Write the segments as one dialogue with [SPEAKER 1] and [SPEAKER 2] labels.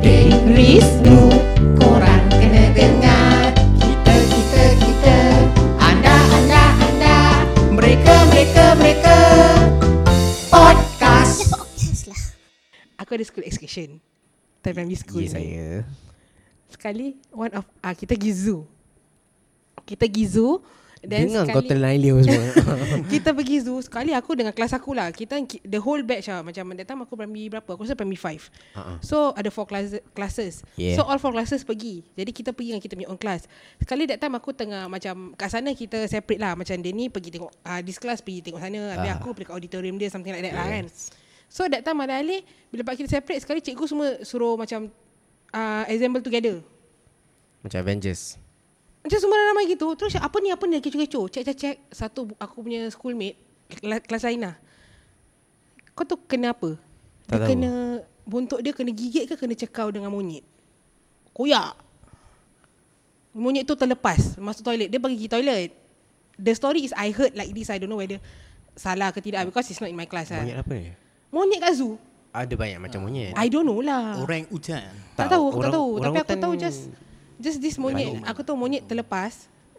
[SPEAKER 1] Dailies Nu Korang kena dengar Kita, kita, kita Anda, anda, anda Mereka, mereka, mereka Podcast
[SPEAKER 2] Podcast lah
[SPEAKER 3] Aku ada school excursion Time primary school
[SPEAKER 4] Ya
[SPEAKER 3] yeah.
[SPEAKER 4] saya
[SPEAKER 3] Sekali One of ah Kita pergi zoo Kita pergi zoo Then
[SPEAKER 4] Dengar kau
[SPEAKER 3] sekali
[SPEAKER 4] terlalu semua
[SPEAKER 3] Kita pergi zoo Sekali aku dengan kelas aku lah Kita ki- the whole batch lah Macam that time aku primary berapa Aku rasa primary 5
[SPEAKER 4] Ha-ha.
[SPEAKER 3] So ada four class, classes
[SPEAKER 4] Yeah.
[SPEAKER 3] So all four classes pergi Jadi kita pergi dengan kita punya own class Sekali that time aku tengah Macam kat sana kita separate lah Macam dia ni pergi tengok uh, This class pergi tengok sana Habis
[SPEAKER 4] Ah.
[SPEAKER 3] aku pergi kat auditorium dia Something like that lah kan So that time alih-alih Bila part kita separate Sekali cikgu semua suruh macam uh, Assemble together
[SPEAKER 4] Macam Avengers
[SPEAKER 3] macam semua ramai gitu Terus cakap, apa ni apa ni kecoh-kecoh Cek cek cek Satu bu- aku punya schoolmate kela- Kelas Aina Kau tu kena apa?
[SPEAKER 4] Tak
[SPEAKER 3] Dia
[SPEAKER 4] tahu.
[SPEAKER 3] kena Bontot dia kena gigit ke Kena cekau dengan monyet Koyak Monyet tu terlepas Masuk toilet Dia pergi toilet The story is I heard like this I don't know whether Salah ke tidak Because it's not in my class lah.
[SPEAKER 4] Monyet apa ni?
[SPEAKER 3] Monyet kat zoo
[SPEAKER 4] Ada banyak macam monyet
[SPEAKER 3] I don't know
[SPEAKER 4] Oh,
[SPEAKER 3] lah
[SPEAKER 5] Orang hutan
[SPEAKER 3] tak
[SPEAKER 4] Tak,
[SPEAKER 3] tahu, aku
[SPEAKER 4] orang-
[SPEAKER 3] tak tahu. Tapi aku
[SPEAKER 4] orangutan-
[SPEAKER 3] tahu just just this monyet. Aku tahu monyet terlepas.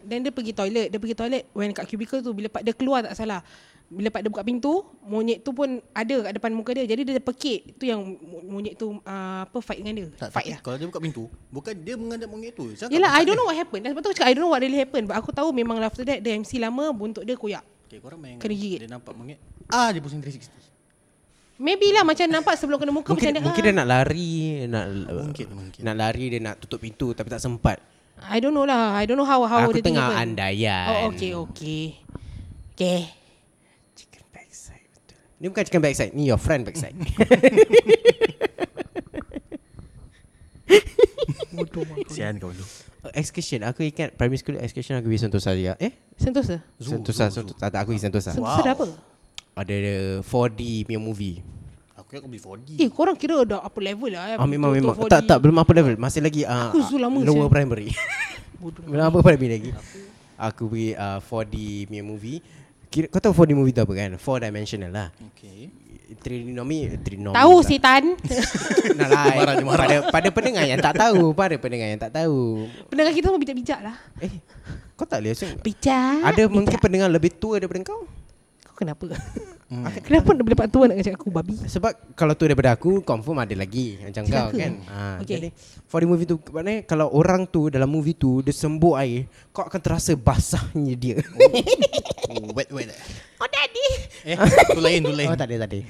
[SPEAKER 3] Then dia pergi toilet. Dia pergi toilet when kat cubicle tu bila pak dia keluar tak salah. Bila pak dia buka pintu, monyet tu pun ada kat depan muka dia. Jadi dia pekik. Tu yang mo- monyet tu uh, apa fight dengan dia.
[SPEAKER 5] tak,
[SPEAKER 3] fight
[SPEAKER 5] tapi
[SPEAKER 3] lah.
[SPEAKER 5] Kalau dia buka pintu Bukan dia mengadap monyet tu Saya tak
[SPEAKER 3] Yelah, I don't
[SPEAKER 5] tangkap dia.
[SPEAKER 3] know what happened. Dan sebab tu aku cakap, I don't know what really happened. But aku tahu memang after that, dia MC lama, buntut dia koyak.
[SPEAKER 5] Okay korang main
[SPEAKER 3] Kena gigit.
[SPEAKER 5] Dia nampak monyet Ah dia pusing 360
[SPEAKER 3] Maybe lah macam nampak sebelum kena muka
[SPEAKER 4] Mungkin,
[SPEAKER 3] macam
[SPEAKER 4] mungkin
[SPEAKER 3] dia,
[SPEAKER 4] dia nak lari nak,
[SPEAKER 5] Mungkin, mungkin.
[SPEAKER 4] Nak lari dia nak tutup pintu Tapi tak sempat
[SPEAKER 3] "Ah, I don't know lah. I don't know how how
[SPEAKER 4] Aku
[SPEAKER 3] dia
[SPEAKER 4] tengah kan.
[SPEAKER 3] happen.
[SPEAKER 4] andaian
[SPEAKER 3] Oh, okay, okay. Okay.
[SPEAKER 4] Chicken backside betul. Ni bukan chicken backside Ni your friend backside
[SPEAKER 3] Bodoh. aku.
[SPEAKER 5] Sian kau tu
[SPEAKER 4] Excursion Aku ingat primary school excursion Aku pergi Sentosa juga Eh
[SPEAKER 3] Sentosa?
[SPEAKER 5] Zoo,
[SPEAKER 4] Sentosa,
[SPEAKER 5] zoo, zoo.
[SPEAKER 4] Sentosa. Tak, tak, aku pergi Sentosa
[SPEAKER 3] Sentosa dah apa?
[SPEAKER 4] Ada 4D punya movie
[SPEAKER 5] Aku kira aku beli 4D
[SPEAKER 3] Eh korang kira dah apa level lah eh,
[SPEAKER 4] Ah memang
[SPEAKER 3] betul-betul
[SPEAKER 4] memang
[SPEAKER 3] 4D.
[SPEAKER 4] tak tak belum apa level masih lagi uh,
[SPEAKER 3] Aku zoo lama
[SPEAKER 4] lower
[SPEAKER 3] sial.
[SPEAKER 4] primary.
[SPEAKER 3] Bodoh.
[SPEAKER 4] belum apa primary lagi. Aku pergi uh, 4D punya movie. Kira, kau tahu 4D movie tu apa kan? Four dimensional lah.
[SPEAKER 5] Okay
[SPEAKER 4] Trigonomi trigonomi.
[SPEAKER 3] Tahu
[SPEAKER 4] tak?
[SPEAKER 3] setan
[SPEAKER 4] Nak lah.
[SPEAKER 5] Dia marah, dia marah.
[SPEAKER 4] Pada pada pendengar yang tak tahu, pada pendengar yang tak tahu.
[SPEAKER 3] Pendengar kita semua bijak-bijak lah
[SPEAKER 4] Eh, kau tak boleh sing.
[SPEAKER 3] Bijak
[SPEAKER 4] Ada mungkin pendengar lebih tua daripada kau?
[SPEAKER 3] Kau kenapa?
[SPEAKER 4] Hmm.
[SPEAKER 3] Kenapa nak dapat tua nak cakap aku babi?
[SPEAKER 4] Sebab kalau tu daripada aku Confirm ada lagi Macam kau
[SPEAKER 3] Celaka.
[SPEAKER 4] kan ha,
[SPEAKER 3] Okey.
[SPEAKER 4] okay. Jadi For the movie tu Maknanya kalau orang tu Dalam movie tu Dia sembur air Kau akan terasa basahnya dia
[SPEAKER 5] Oh, Wet wet eh.
[SPEAKER 3] Oh daddy
[SPEAKER 5] Eh tu lain tu lain
[SPEAKER 4] Oh tak ada tak ada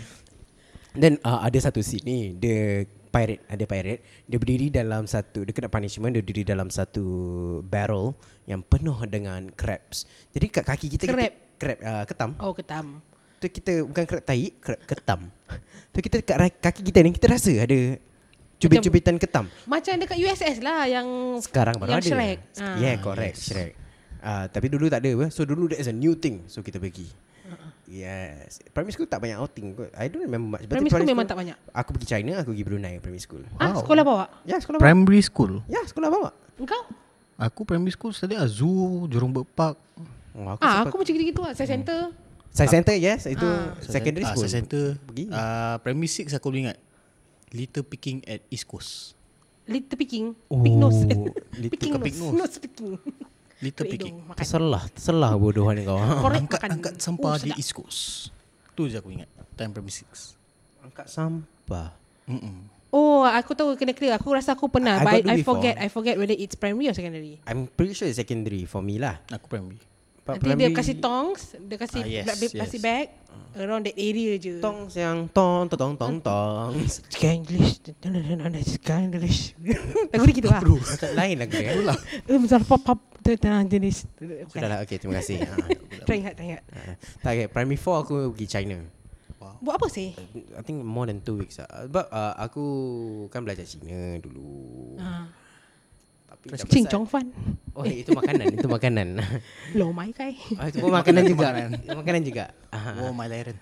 [SPEAKER 4] Then uh, ada satu scene ni Dia pirate Ada pirate Dia berdiri dalam satu Dia kena punishment Dia berdiri dalam satu Barrel Yang penuh dengan crabs Jadi kat kaki kita
[SPEAKER 3] Crab.
[SPEAKER 4] kita, Crab uh, Ketam
[SPEAKER 3] Oh ketam
[SPEAKER 4] Tu kita bukan kerap tai, kerap ketam. Tu kita kat ra- kaki kita ni kita rasa ada cubit-cubitan ketam.
[SPEAKER 3] Macam dekat USS lah yang
[SPEAKER 4] Sekarang baru
[SPEAKER 3] yang
[SPEAKER 4] ada.
[SPEAKER 3] Shrek Ah.
[SPEAKER 4] S- Yeah, correct, Shrek. Ah, tapi dulu tak ada apa. So dulu that is a new thing. So kita pergi.
[SPEAKER 3] Uh-huh.
[SPEAKER 4] Yes. Primary school tak banyak outing kot. I don't remember much. But
[SPEAKER 3] Primary school memang tak banyak.
[SPEAKER 4] Aku pergi China, aku pergi Brunei primary school.
[SPEAKER 3] Ah, sekolah bawa?
[SPEAKER 4] Ya, sekolah bawa.
[SPEAKER 5] Primary school
[SPEAKER 4] Ya, sekolah bawa.
[SPEAKER 3] Engkau?
[SPEAKER 5] Aku primary school Tadi lah zoo Jurong Bird Park
[SPEAKER 4] Oh, aku ah,
[SPEAKER 3] Ah, aku macam gitu-gitu lah Saya center
[SPEAKER 4] Science Center, yes. Itu secondary
[SPEAKER 5] Ah,
[SPEAKER 4] school.
[SPEAKER 5] Science Center
[SPEAKER 4] Pergi.
[SPEAKER 5] Ah, Primary 6 aku boleh ingat Little Picking at East Coast
[SPEAKER 3] Little picking
[SPEAKER 4] Oh,
[SPEAKER 3] Pig nose
[SPEAKER 4] little
[SPEAKER 3] Picking
[SPEAKER 5] pig
[SPEAKER 3] nose
[SPEAKER 5] nose.
[SPEAKER 3] Nose picking
[SPEAKER 5] Little
[SPEAKER 3] Tutup
[SPEAKER 5] Picking
[SPEAKER 3] hidung, Makan
[SPEAKER 4] Terselah, terselah bodohan kau. ha.
[SPEAKER 3] Korek
[SPEAKER 5] Angkat,
[SPEAKER 3] makan
[SPEAKER 5] angkat sampah
[SPEAKER 3] Oh,
[SPEAKER 5] di
[SPEAKER 3] sedap.
[SPEAKER 5] East Coast Tu je aku ingat Time primary 6
[SPEAKER 4] Angkat sampah.
[SPEAKER 5] Mm-mm.
[SPEAKER 3] Oh, aku tahu kena clear. Aku rasa aku pernah.
[SPEAKER 4] I- I
[SPEAKER 3] but I,
[SPEAKER 4] got do
[SPEAKER 3] I
[SPEAKER 4] before.
[SPEAKER 3] forget. I forget whether it's primary or secondary.
[SPEAKER 4] I'm pretty sure it's secondary for me lah.
[SPEAKER 5] Aku primary
[SPEAKER 4] But
[SPEAKER 3] Nanti
[SPEAKER 4] primary-
[SPEAKER 3] dia kasih tongs, dia kasih
[SPEAKER 5] Ah, yes,
[SPEAKER 3] black yes.
[SPEAKER 5] yes.
[SPEAKER 3] plastic bag around that area je.
[SPEAKER 4] Tong siang tong tong tong tong tong.
[SPEAKER 3] Skanglish. Skanglish. Lagu dia gitu lah.
[SPEAKER 4] Bro, macam lain lagu dia. Itulah.
[SPEAKER 3] Eh, Misal pop pop tanah jenis.
[SPEAKER 4] Sudah lah, okay terima kasih. Ah,
[SPEAKER 3] Try ingat, try ingat.
[SPEAKER 4] ah. Tak, okay, primary 4 aku pergi China.
[SPEAKER 3] Buat apa sih?
[SPEAKER 4] I think more than 2 weeks lah. Sebab uh, aku kan belajar Cina dulu.
[SPEAKER 3] Ah,
[SPEAKER 4] Tapi dah besar-
[SPEAKER 3] Ching Ah. Chong Fan.
[SPEAKER 4] Oh, eh, itu makanan, itu makanan.
[SPEAKER 3] Lo mai kai.
[SPEAKER 4] Ah, itu pun makanan juga. kan?
[SPEAKER 5] Makanan.
[SPEAKER 4] makanan juga. Ah.
[SPEAKER 5] Oh my Laren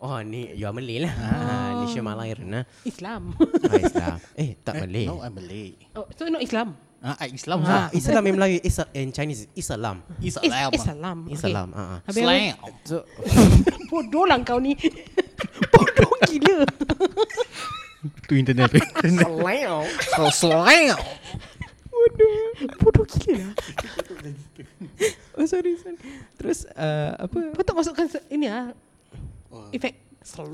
[SPEAKER 4] Oh, ni you are Malay lah. Ah, ni Syah Malay lah.
[SPEAKER 3] Islam.
[SPEAKER 4] Ah, Islam. Eh, tak Malay.
[SPEAKER 5] No I'm Malay
[SPEAKER 3] Oh, so no Islam.
[SPEAKER 5] Ah, I Islam
[SPEAKER 4] Ah,
[SPEAKER 5] lah
[SPEAKER 4] Islam in Melayu, Islam in Chinese, Islam.
[SPEAKER 5] Islam
[SPEAKER 3] Is- Islam. Okay.
[SPEAKER 4] Islam, ah, ah.
[SPEAKER 3] Habis-
[SPEAKER 5] lah, Slang
[SPEAKER 4] So,
[SPEAKER 3] Bodoh lah kau ni Bodoh gila
[SPEAKER 5] Tu internal tu internal.
[SPEAKER 4] Selain
[SPEAKER 5] Oh, slang.
[SPEAKER 3] Bodoh gila lah
[SPEAKER 4] Oh sorry, sorry. Terus uh, apa
[SPEAKER 3] Patut masukkan se- ini lah Efek Slam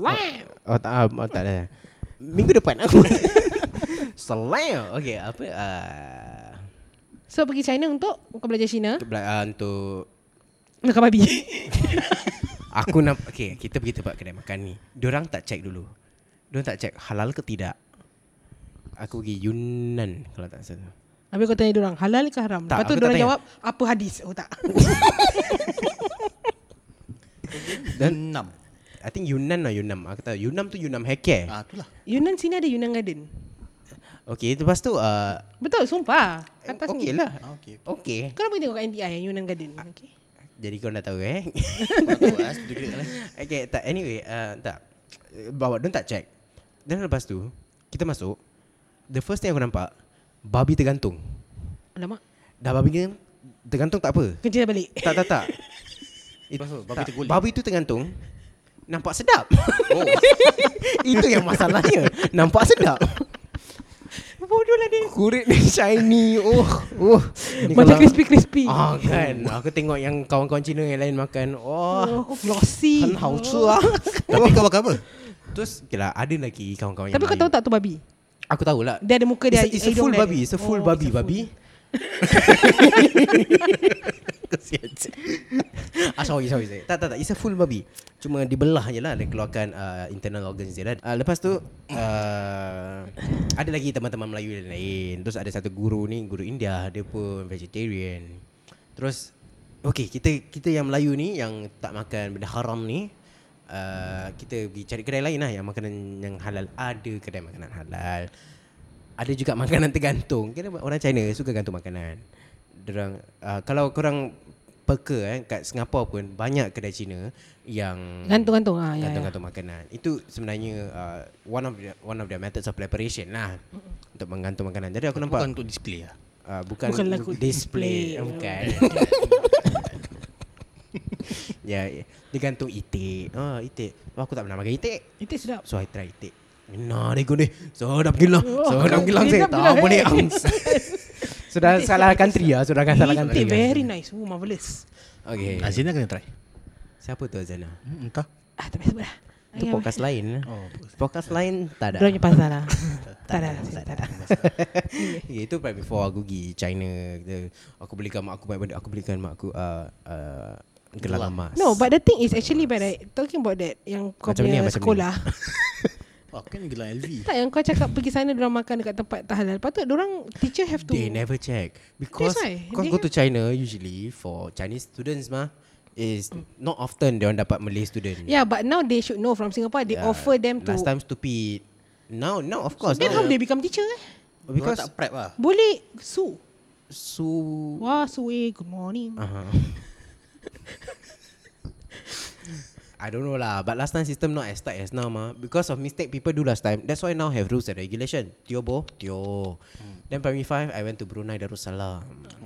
[SPEAKER 4] Oh tak ah, oh, tak ada. Minggu depan aku. Selam. Okey, apa uh,
[SPEAKER 3] So pergi China untuk Kau belajar Cina
[SPEAKER 4] untuk, bela- uh, untuk
[SPEAKER 3] Makan babi
[SPEAKER 4] aku nak okey, kita pergi tempat kedai makan ni. Diorang tak check dulu. Diorang tak check halal ke tidak. Aku pergi Yunnan kalau tak salah.
[SPEAKER 3] Habis kau tanya orang Halal ke haram
[SPEAKER 4] Tak,
[SPEAKER 3] Lepas tu
[SPEAKER 4] aku tak
[SPEAKER 3] orang
[SPEAKER 4] tanya.
[SPEAKER 3] jawab Apa hadis Oh tak
[SPEAKER 4] Dan
[SPEAKER 5] Enam.
[SPEAKER 4] I think Yunnan lah Yunnan. Aku tahu Yunnan tu Yunnan Heke.
[SPEAKER 5] Ah, itulah.
[SPEAKER 3] Yunnan sini ada Yunnan Garden
[SPEAKER 4] Okey, lepas tu uh,
[SPEAKER 3] Betul sumpah Atas ni
[SPEAKER 4] okey lah.
[SPEAKER 5] Ah, okey.
[SPEAKER 4] Okey.
[SPEAKER 3] Kau nak pergi tengok kat NDI Yang Yunnan Garden okay.
[SPEAKER 4] Jadi kau dah tahu eh.
[SPEAKER 5] Aku as degree lah.
[SPEAKER 4] Okay tak anyway uh, Tak Bawa Dia tak check Dan lepas tu Kita masuk The first thing aku nampak Babi tergantung
[SPEAKER 3] Alamak
[SPEAKER 4] Dah babi ni Tergantung tak apa
[SPEAKER 3] Kerja balik
[SPEAKER 4] Tak tak tak It,
[SPEAKER 5] Apa, babi terguling?
[SPEAKER 4] Babi tu tergantung Nampak sedap oh. Itu yang masalahnya Nampak sedap
[SPEAKER 3] Bodoh lah dia
[SPEAKER 4] Kulit dia shiny Oh, oh. Ni
[SPEAKER 3] Macam
[SPEAKER 4] kalau-
[SPEAKER 3] crispy-crispy
[SPEAKER 4] Ah kan Aku tengok yang kawan-kawan Cina yang lain makan Oh,
[SPEAKER 3] Oh, glossy.
[SPEAKER 4] 很好吃 ah
[SPEAKER 5] Tapi kau makan apa?
[SPEAKER 4] Terus okay lah, ada lagi kawan-kawan yang
[SPEAKER 3] Tapi kau
[SPEAKER 4] Melayu.
[SPEAKER 3] tahu tak tu babi?
[SPEAKER 4] Aku tahu lah.
[SPEAKER 3] Dia ada muka dia,
[SPEAKER 4] It's a, it's a full
[SPEAKER 3] hidung dia ada.
[SPEAKER 4] babi. It's a full
[SPEAKER 3] Oh,
[SPEAKER 4] babi.
[SPEAKER 3] it's a full.
[SPEAKER 4] Babi. Kesian. ah, sorry, sorry, sorry. Tak, tak, tak. It's a full babi. Cuma dibelah je lah. Dia keluarkan uh, internal organs dia lah. Uh, lepas tu, uh, ada lagi teman-teman Melayu dan lain. Terus ada satu guru ni, guru India. Dia pun vegetarian. Terus, okay, kita kita yang Melayu ni, yang tak makan benda haram ni, uh, kita pergi cari kedai lain lah yang makanan yang halal. Ada kedai makanan halal. Ada juga makanan tergantung. Kira orang China suka gantung makanan. Derang, uh, kalau korang peka eh, kat Singapura pun banyak kedai Cina yang
[SPEAKER 3] Gantung-gantung ah, ya, ya.
[SPEAKER 4] Hmm. gantung-gantung makanan. Itu sebenarnya uh, one of the, one of the methods of preparation lah untuk menggantung makanan. Jadi aku nampak
[SPEAKER 5] Bukan untuk display lah.
[SPEAKER 4] Uh, bukan
[SPEAKER 3] Bukan lagu
[SPEAKER 4] bu- display,
[SPEAKER 3] display.
[SPEAKER 4] Ah, bukan. ya, ya. dia gantung itik. Ah, itik. Oh, aku tak pernah makan itik.
[SPEAKER 3] Itu sedap.
[SPEAKER 4] So I try itik. Nah, dia guna. Sedap gila.
[SPEAKER 3] Oh,
[SPEAKER 4] Sedap gila. Saya
[SPEAKER 3] sedap gila,
[SPEAKER 4] lah. tak boleh
[SPEAKER 3] eh.
[SPEAKER 4] ang. Sudah salah country ah,
[SPEAKER 3] lah.
[SPEAKER 4] sudah kan salah country.
[SPEAKER 3] Itik very nice. Oh, marvelous.
[SPEAKER 4] Okay.
[SPEAKER 5] Azina Ah, kena try.
[SPEAKER 4] Ah, Siapa tu Azana?
[SPEAKER 5] Hmm, entah.
[SPEAKER 3] Ah, tak payah sebut lah.
[SPEAKER 4] Itu podcast lain.
[SPEAKER 5] Oh,
[SPEAKER 4] Podcast lain tak ada.
[SPEAKER 3] Dia punya pasal lah. tak ada. Tak ada. lah.
[SPEAKER 4] Okay, itu back before aku pergi China kita, Aku belikan mak aku banyak benda Aku belikan mak aku uh, uh, Gelang emas
[SPEAKER 3] No, but the thing is actually by the, talking about that yang kau
[SPEAKER 4] Macam
[SPEAKER 3] punya
[SPEAKER 4] ni, lah, macam ni.
[SPEAKER 3] sekolah.
[SPEAKER 5] Wah, kan gelang LV.
[SPEAKER 3] tak yang kau cakap pergi sana dia makan dekat tempat tak halal. Patut dia orang teacher have to
[SPEAKER 4] They never check because
[SPEAKER 3] That's why.
[SPEAKER 4] kau
[SPEAKER 3] They
[SPEAKER 4] go
[SPEAKER 3] have-
[SPEAKER 4] to China usually for Chinese students mah is not often they orang dapat Malay student.
[SPEAKER 3] Yeah, but now they should know from Singapore they
[SPEAKER 4] Yeah.
[SPEAKER 3] offer them to
[SPEAKER 4] Last time stupid. Now now of course.
[SPEAKER 3] Then
[SPEAKER 4] now,
[SPEAKER 3] how they become teacher eh?
[SPEAKER 5] Because
[SPEAKER 4] because
[SPEAKER 5] tak prep lah.
[SPEAKER 3] Boleh su.
[SPEAKER 4] su
[SPEAKER 3] Wah, su eh, good morning.
[SPEAKER 4] Uh-huh. I don't know lah But last time system not as tight as now mah Because of mistake people do last time That's why now have rules and regulation Tio bo Tio Then primary five I went to Brunei Darussalam
[SPEAKER 5] Hmm.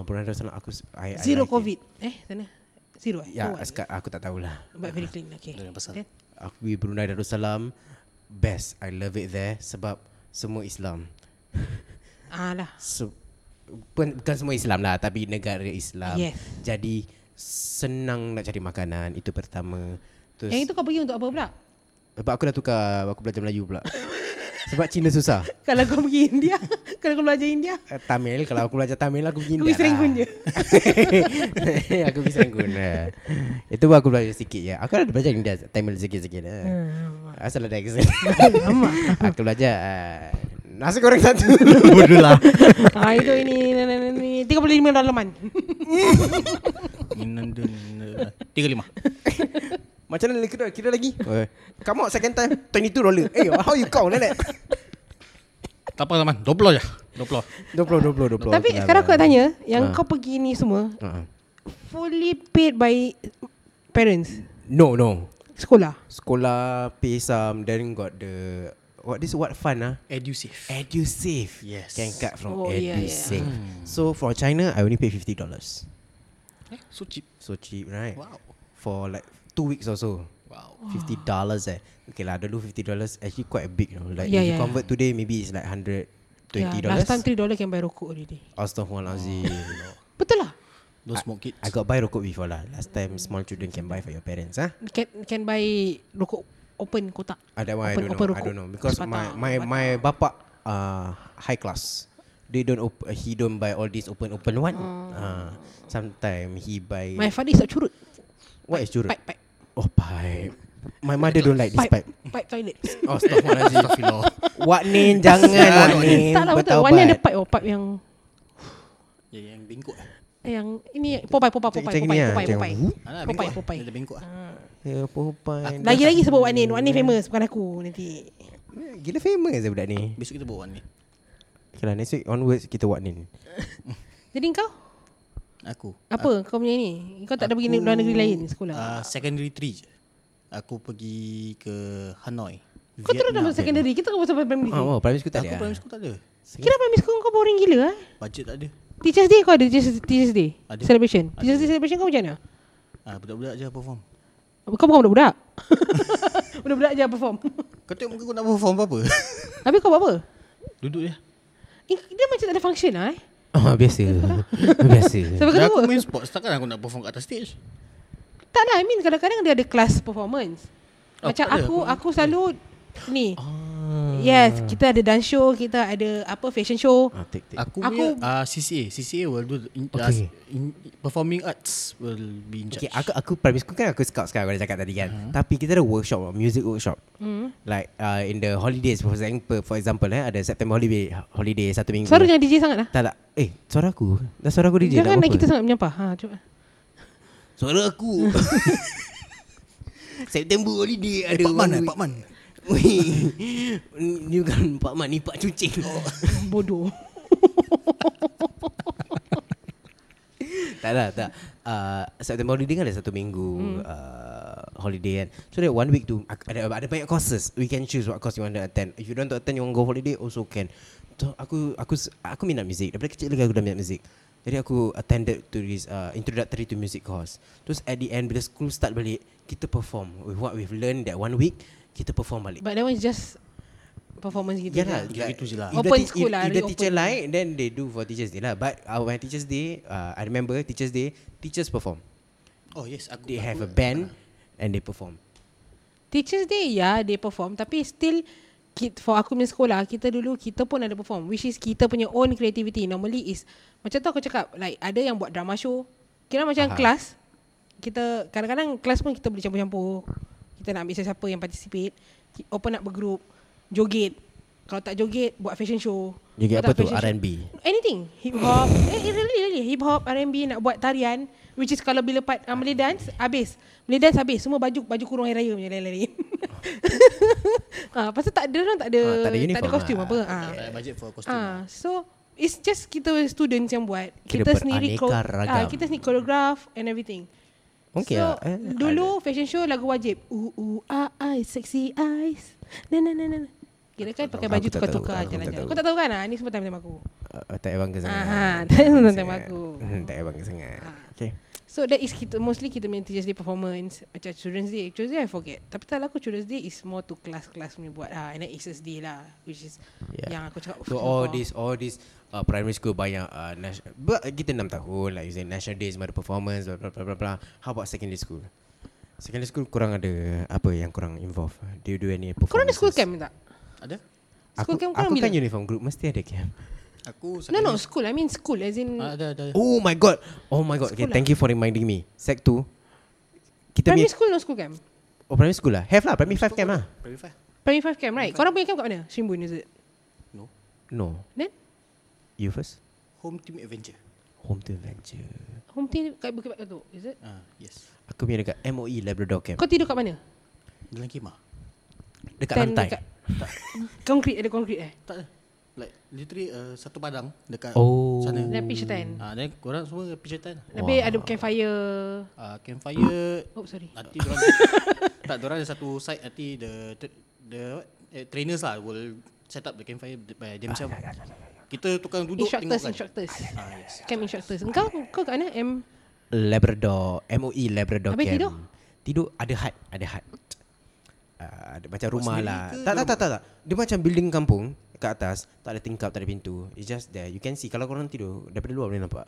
[SPEAKER 4] uh, Brunei Darussalam aku s- I,
[SPEAKER 3] Zero
[SPEAKER 4] I like
[SPEAKER 3] COVID. Eh, sana. Zero eh?
[SPEAKER 4] it. Ya
[SPEAKER 3] Oh,
[SPEAKER 4] yeah, aku tak tahulah
[SPEAKER 3] But very clean. Okay.
[SPEAKER 5] Dia punya pasal.
[SPEAKER 3] Then,
[SPEAKER 4] Aku pergi Brunei Darussalam Best I love it there Sebab semua Islam
[SPEAKER 3] ah lah.
[SPEAKER 4] so, bukan, bukan semua Islam lah Tapi negara Islam
[SPEAKER 3] Yes.
[SPEAKER 4] Jadi Senang nak cari makanan Itu pertama Terus
[SPEAKER 3] Yang itu kau pergi untuk apa pula?
[SPEAKER 4] Sebab aku dah tukar Aku belajar Melayu pula Sebab Cina susah
[SPEAKER 3] Kalau kau pergi India, kalau kau belajar India,
[SPEAKER 4] Eh, Tamil Kalau aku belajar Tamil Aku pergi India
[SPEAKER 3] kau pergi Serenggun
[SPEAKER 4] lah.
[SPEAKER 3] je.
[SPEAKER 4] Aku pergi Serenggun eh. Itu pun aku belajar sikit je Aku dah belajar India Tamil sikit-sikit eh.
[SPEAKER 3] Hmm,
[SPEAKER 4] Asal ada accent Aku belajar uh, Nasi goreng satu Bodoh lah
[SPEAKER 3] ah, itu ini, ini, ini, ini, ini. 35 dalaman.
[SPEAKER 5] Minandun. Tiga lima.
[SPEAKER 4] Macam mana kira, kira lagi? Come out second time 22 dollar Eh how you count like that?
[SPEAKER 5] Tak apa teman. Dua puluh je. Dua puluh.
[SPEAKER 4] 20 20 20
[SPEAKER 3] Tapi sekarang
[SPEAKER 5] lah.
[SPEAKER 3] aku nak tanya, yang
[SPEAKER 4] Ah.
[SPEAKER 3] kau pergi ni semua,
[SPEAKER 4] uh-huh.
[SPEAKER 5] Ha.
[SPEAKER 3] fully paid by parents,
[SPEAKER 4] No no
[SPEAKER 3] sekolah.
[SPEAKER 4] Sekolah Pay some Then got the What this what fun ah
[SPEAKER 5] Edusave.
[SPEAKER 4] EduSave
[SPEAKER 5] Yes. Hmm.
[SPEAKER 4] Can cut from
[SPEAKER 3] Oh, yeah, yeah.
[SPEAKER 4] EduSave So for China I only pay 50 dollars
[SPEAKER 5] So cheap.
[SPEAKER 4] So cheap right
[SPEAKER 5] Wow.
[SPEAKER 4] For like Two weeks or so
[SPEAKER 5] Wow.
[SPEAKER 4] Fifty dollars eh. Okay lah, dulu fifty dollars actually quite a big. You know? Like
[SPEAKER 3] Yeah,
[SPEAKER 4] if you
[SPEAKER 3] yeah.
[SPEAKER 4] convert today, maybe it's like hundred twenty
[SPEAKER 3] Yeah,
[SPEAKER 4] dollars.
[SPEAKER 3] Ya, Last time $3 dollar can buy rokok already.
[SPEAKER 4] Astaghfirullahalazim.
[SPEAKER 5] Oh.
[SPEAKER 3] Betul lah.
[SPEAKER 5] Don't smoke kids.
[SPEAKER 4] I got buy rokok before lah. Last time small children can buy for your parents, ah. Huh?
[SPEAKER 3] Can can buy rokok open kotak.
[SPEAKER 4] Ah, that one I
[SPEAKER 3] Open-
[SPEAKER 4] don't
[SPEAKER 3] open
[SPEAKER 4] know. I
[SPEAKER 3] rokok.
[SPEAKER 4] don't know because
[SPEAKER 3] Sepatah,
[SPEAKER 4] my my my bapak uh, high class. They don't op- uh, he don't buy all this open open one. Uh, sometime he buy
[SPEAKER 3] Oh. My father is a curut.
[SPEAKER 4] what is curut?
[SPEAKER 3] Pipe pipe.
[SPEAKER 4] Oh pipe. My mother don't like this
[SPEAKER 3] Pipe.
[SPEAKER 4] pipe.
[SPEAKER 3] Pipe toilet.
[SPEAKER 4] Oh Astaghfirullahalazim.
[SPEAKER 5] Astaghfirullah.
[SPEAKER 4] Wak Nin jangan Wak Nin.
[SPEAKER 3] tak lah betul. Warna ada pipe oh, pipe yang
[SPEAKER 5] Ya, yang bengkok.
[SPEAKER 3] yang ini Popeye Popeye
[SPEAKER 4] Macam- macam
[SPEAKER 3] Popeye Popeye
[SPEAKER 4] ni ah,
[SPEAKER 3] Popeye
[SPEAKER 4] macam-
[SPEAKER 3] Popeye.
[SPEAKER 4] Huh?
[SPEAKER 5] Alah,
[SPEAKER 3] Popeye
[SPEAKER 5] bengkok. ah.
[SPEAKER 3] Popeye.
[SPEAKER 5] Dia bengkok. ah.
[SPEAKER 4] Ya Popeye.
[SPEAKER 3] Lagi-lagi sebut Wak Nin. Wak Nin famous bukan aku nanti.
[SPEAKER 4] Gila famous eh budak ni.
[SPEAKER 5] Besok kita bawa ni.
[SPEAKER 4] Okay lah next week onwards kita Wak Nin.
[SPEAKER 3] Jadi kau
[SPEAKER 5] Aku.
[SPEAKER 3] apa
[SPEAKER 5] Ah.
[SPEAKER 3] kau punya ni? Kau tak ada pergi luar negeri lain sekolah?
[SPEAKER 5] Uh, secondary 3 je. Aku pergi ke Hanoi.
[SPEAKER 3] Kau terus dalam
[SPEAKER 5] Vietnam.
[SPEAKER 3] secondary. Kita kau sampai primary.
[SPEAKER 4] Ah, oh, primary school tak ada.
[SPEAKER 5] Aku
[SPEAKER 4] ah?
[SPEAKER 5] primary school tak ada.
[SPEAKER 3] Kira primary school kau boring gila eh?
[SPEAKER 5] Budget tak ada.
[SPEAKER 3] Teachers Day kau ada Teachers, teachers Day
[SPEAKER 5] Ada.
[SPEAKER 3] Celebration Teachers Day celebration kau macam mana?
[SPEAKER 5] Ah, budak-budak je perform.
[SPEAKER 3] Kau bukan budak-budak Budak-budak je perform
[SPEAKER 5] Kau tengok muka kau nak perform apa-apa.
[SPEAKER 3] Tapi kau buat apa?
[SPEAKER 5] Duduk je.
[SPEAKER 3] Eh, Dia macam tak ada function lah eh
[SPEAKER 4] Ah, biasa. biasa.
[SPEAKER 3] Sampai
[SPEAKER 5] Dan aku
[SPEAKER 3] kau
[SPEAKER 5] main sports takkan aku nak perform kat atas stage.
[SPEAKER 3] Tak lah I mean kadang-kadang dia ada kelas performance
[SPEAKER 5] Oh,
[SPEAKER 3] Macam
[SPEAKER 5] tak ada.
[SPEAKER 3] aku Aku selalu Ni Yes Kita ada dance show Kita ada apa fashion show
[SPEAKER 4] Ah, take, take.
[SPEAKER 5] Aku,
[SPEAKER 3] Aku-
[SPEAKER 5] punya uh, CCA, CCA will do in,
[SPEAKER 4] Okay.
[SPEAKER 5] okay. in, performing arts will be in charge.
[SPEAKER 4] Okay, aku aku primary school kan aku scout sekarang aku dah cakap tadi kan. Uh-huh. Tapi kita ada workshop, music workshop. Mm.
[SPEAKER 3] Hmm.
[SPEAKER 4] Like uh, in the holidays for example, for example eh ada September holiday holiday satu minggu.
[SPEAKER 3] Suara jangan DJ sangat lah
[SPEAKER 4] tak tak. Eh, suara aku. Dah suara aku DJ.
[SPEAKER 3] Jangan
[SPEAKER 4] tak
[SPEAKER 3] lah
[SPEAKER 4] apa.
[SPEAKER 3] kita sangat menyampah ha, cuba.
[SPEAKER 4] Suara aku. September holiday ada
[SPEAKER 5] Pak Man,
[SPEAKER 4] one
[SPEAKER 5] eh,
[SPEAKER 4] week.
[SPEAKER 5] Pak Man.
[SPEAKER 4] Weh, ni bukan Pak Man, ni Pak Cucing.
[SPEAKER 5] Oh.
[SPEAKER 3] Bodoh
[SPEAKER 4] tak lah, tak. Uh, September holiday kan ada satu
[SPEAKER 3] Hmm.
[SPEAKER 4] minggu uh, holiday kan. So that one week tu ak- ada, ada banyak courses. We can choose what course you want to attend. If you don't want to attend, you want go holiday also can. So aku aku s- aku minat music. Daripada kecil lagi aku dah minat music. Jadi aku attended to this uh, introductory to music course. Terus at the end bila school start balik, kita perform with what we've learned that one week, kita perform balik. Ya
[SPEAKER 3] But that one is just Performance gitu
[SPEAKER 4] Yalah,
[SPEAKER 3] je.
[SPEAKER 5] Gitu-gitu je lah.
[SPEAKER 4] If
[SPEAKER 3] Open
[SPEAKER 4] the, ti-
[SPEAKER 3] school
[SPEAKER 4] if,
[SPEAKER 3] lah,
[SPEAKER 4] If the
[SPEAKER 3] reopen.
[SPEAKER 4] teacher like, then they do for Teachers Day lah. But uh, when Teachers Day, uh, I remember Teachers Day, teachers perform.
[SPEAKER 5] Oh yes, aku.
[SPEAKER 4] They
[SPEAKER 5] aku,
[SPEAKER 4] have a band and they perform.
[SPEAKER 3] Teachers Day ya yeah, they perform tapi still kit, for aku punya sekolah kita dulu kita pun ada perform which is kita punya own creativity normally is macam tu aku cakap like ada yang buat drama show kira macam
[SPEAKER 4] Aha.
[SPEAKER 3] kelas kita kadang-kadang kelas pun kita boleh campur-campur kita nak ambil siapa yang participate ki- open nak bergrup joget kalau tak joget buat fashion show
[SPEAKER 4] Joget
[SPEAKER 3] Kalau
[SPEAKER 4] apa
[SPEAKER 3] tak
[SPEAKER 4] tu?
[SPEAKER 3] fashion show-
[SPEAKER 4] R&B?
[SPEAKER 3] anything hip hop eh, eh, really really hip hop R&B nak buat tarian which is kalau bila part uh, Malay dance habis Malay dance habis semua baju baju kurung hari raya punya lari-lari ah pasal tak ada orang tak ada
[SPEAKER 4] Ah, tak ada lah.
[SPEAKER 3] tak ada
[SPEAKER 4] uniform
[SPEAKER 3] kostum
[SPEAKER 4] lah.
[SPEAKER 3] apa ah
[SPEAKER 5] Tak ada budget for costume.
[SPEAKER 3] ah so it's just kita students yang buat
[SPEAKER 4] Kira
[SPEAKER 3] kita sendiri
[SPEAKER 4] beraneka
[SPEAKER 3] ah
[SPEAKER 4] ragam.
[SPEAKER 3] kita sendiri choreograph and everything
[SPEAKER 4] Okay lah,
[SPEAKER 3] so,
[SPEAKER 4] eh,
[SPEAKER 3] dulu fashion show lagu wajib. Ooh ooh ah eyes, sexy eyes. Na na na na. Kira kan
[SPEAKER 4] tahu.
[SPEAKER 3] pakai
[SPEAKER 4] Aku
[SPEAKER 3] baju
[SPEAKER 4] tak tahu,
[SPEAKER 3] tukar-tukar
[SPEAKER 4] aku tak
[SPEAKER 3] jalan-jalan.
[SPEAKER 4] tahu.
[SPEAKER 3] Kau tak tahu kan? Ah, ni semua time-time aku.
[SPEAKER 4] Uh, tak abang ke sangat.
[SPEAKER 3] Aha, Ah, tak payah Ah.
[SPEAKER 4] abang
[SPEAKER 3] tentang
[SPEAKER 4] sangat.
[SPEAKER 3] aku.
[SPEAKER 4] Hmm, tak abang ke sangat. Okay.
[SPEAKER 3] So that is kita mostly kita main Teachers Day performance macam Children's Day. Children's Day I forget. Tapi kalau aku Children's Day is more to kelas-kelas punya buat ah and then Aces Day lah which is
[SPEAKER 4] Yeah.
[SPEAKER 3] yang aku cakap. oh,
[SPEAKER 4] So all this all this uh, primary school banyak uh, national, but kita 6 tahun like you say national days ada performance blah blah blah blah. blah. How about secondary school? Secondary school kurang ada apa yang kurang involve? Do you do any performance?
[SPEAKER 3] Kau ada school camp tak?
[SPEAKER 5] Ada?
[SPEAKER 3] School
[SPEAKER 4] aku,
[SPEAKER 3] camp korang
[SPEAKER 4] aku kan
[SPEAKER 3] bila?
[SPEAKER 4] uniform group mesti ada camp.
[SPEAKER 5] Aku
[SPEAKER 3] No no school I mean school as in
[SPEAKER 5] Ah, ada ada. ada.
[SPEAKER 4] Oh my god. Oh my god. Okay,
[SPEAKER 3] Sekolah.
[SPEAKER 4] thank you for reminding me. Sec 2. Kita primary,
[SPEAKER 3] primary school no school camp.
[SPEAKER 4] oh, primary school lah. Have lah. Primary 5 camp lah.
[SPEAKER 5] Primary five.
[SPEAKER 3] Primary 5 camp right? Korang punya camp kat mana? Shimbun is it?
[SPEAKER 4] lah.
[SPEAKER 5] No.
[SPEAKER 4] No.
[SPEAKER 3] Then
[SPEAKER 4] You first.
[SPEAKER 5] Home team adventure.
[SPEAKER 4] Home to adventure.
[SPEAKER 3] home team kat Bukit Batok tu is it?
[SPEAKER 5] Ah, yes.
[SPEAKER 4] Aku punya dekat MOE Labrador camp.
[SPEAKER 3] Kau tidur kat mana?
[SPEAKER 5] Dalam kemah.
[SPEAKER 4] Dekat
[SPEAKER 3] Tent
[SPEAKER 4] lantai.
[SPEAKER 3] dekat- Konkrit ada konkrit eh?
[SPEAKER 5] Tak ada. Like literally uh, satu padang dekat
[SPEAKER 4] Oh.
[SPEAKER 5] sana.
[SPEAKER 3] Dan pitch tent.
[SPEAKER 5] Ah, then korang semua picture time.
[SPEAKER 3] Tapi ada campfire.
[SPEAKER 5] Ah, campfire.
[SPEAKER 3] Oh sorry.
[SPEAKER 5] Nanti dorang tak dorang ada satu side nanti the the, the what? eh, trainers lah will set up the campfire by themselves. ya, Kita tukang
[SPEAKER 3] Eh,
[SPEAKER 5] duduk
[SPEAKER 3] Instructors,
[SPEAKER 5] tengokkan.
[SPEAKER 3] instructors.
[SPEAKER 5] Ah, yes.
[SPEAKER 3] Camp instructors. Engkau kau kat mana? M
[SPEAKER 4] Labrador. MOE Labrador
[SPEAKER 3] Habis
[SPEAKER 4] camp.
[SPEAKER 3] tidur?
[SPEAKER 4] Tidur ada hut Ada hut uh, ada, Macam rumah
[SPEAKER 5] sendiri
[SPEAKER 4] lah
[SPEAKER 5] ke
[SPEAKER 4] tak,
[SPEAKER 5] dia
[SPEAKER 4] tak tak tak tak Dia macam building kampung Kat atas Tak ada tingkap Tak ada pintu It's just there You can see Kalau korang tidur Daripada luar boleh nampak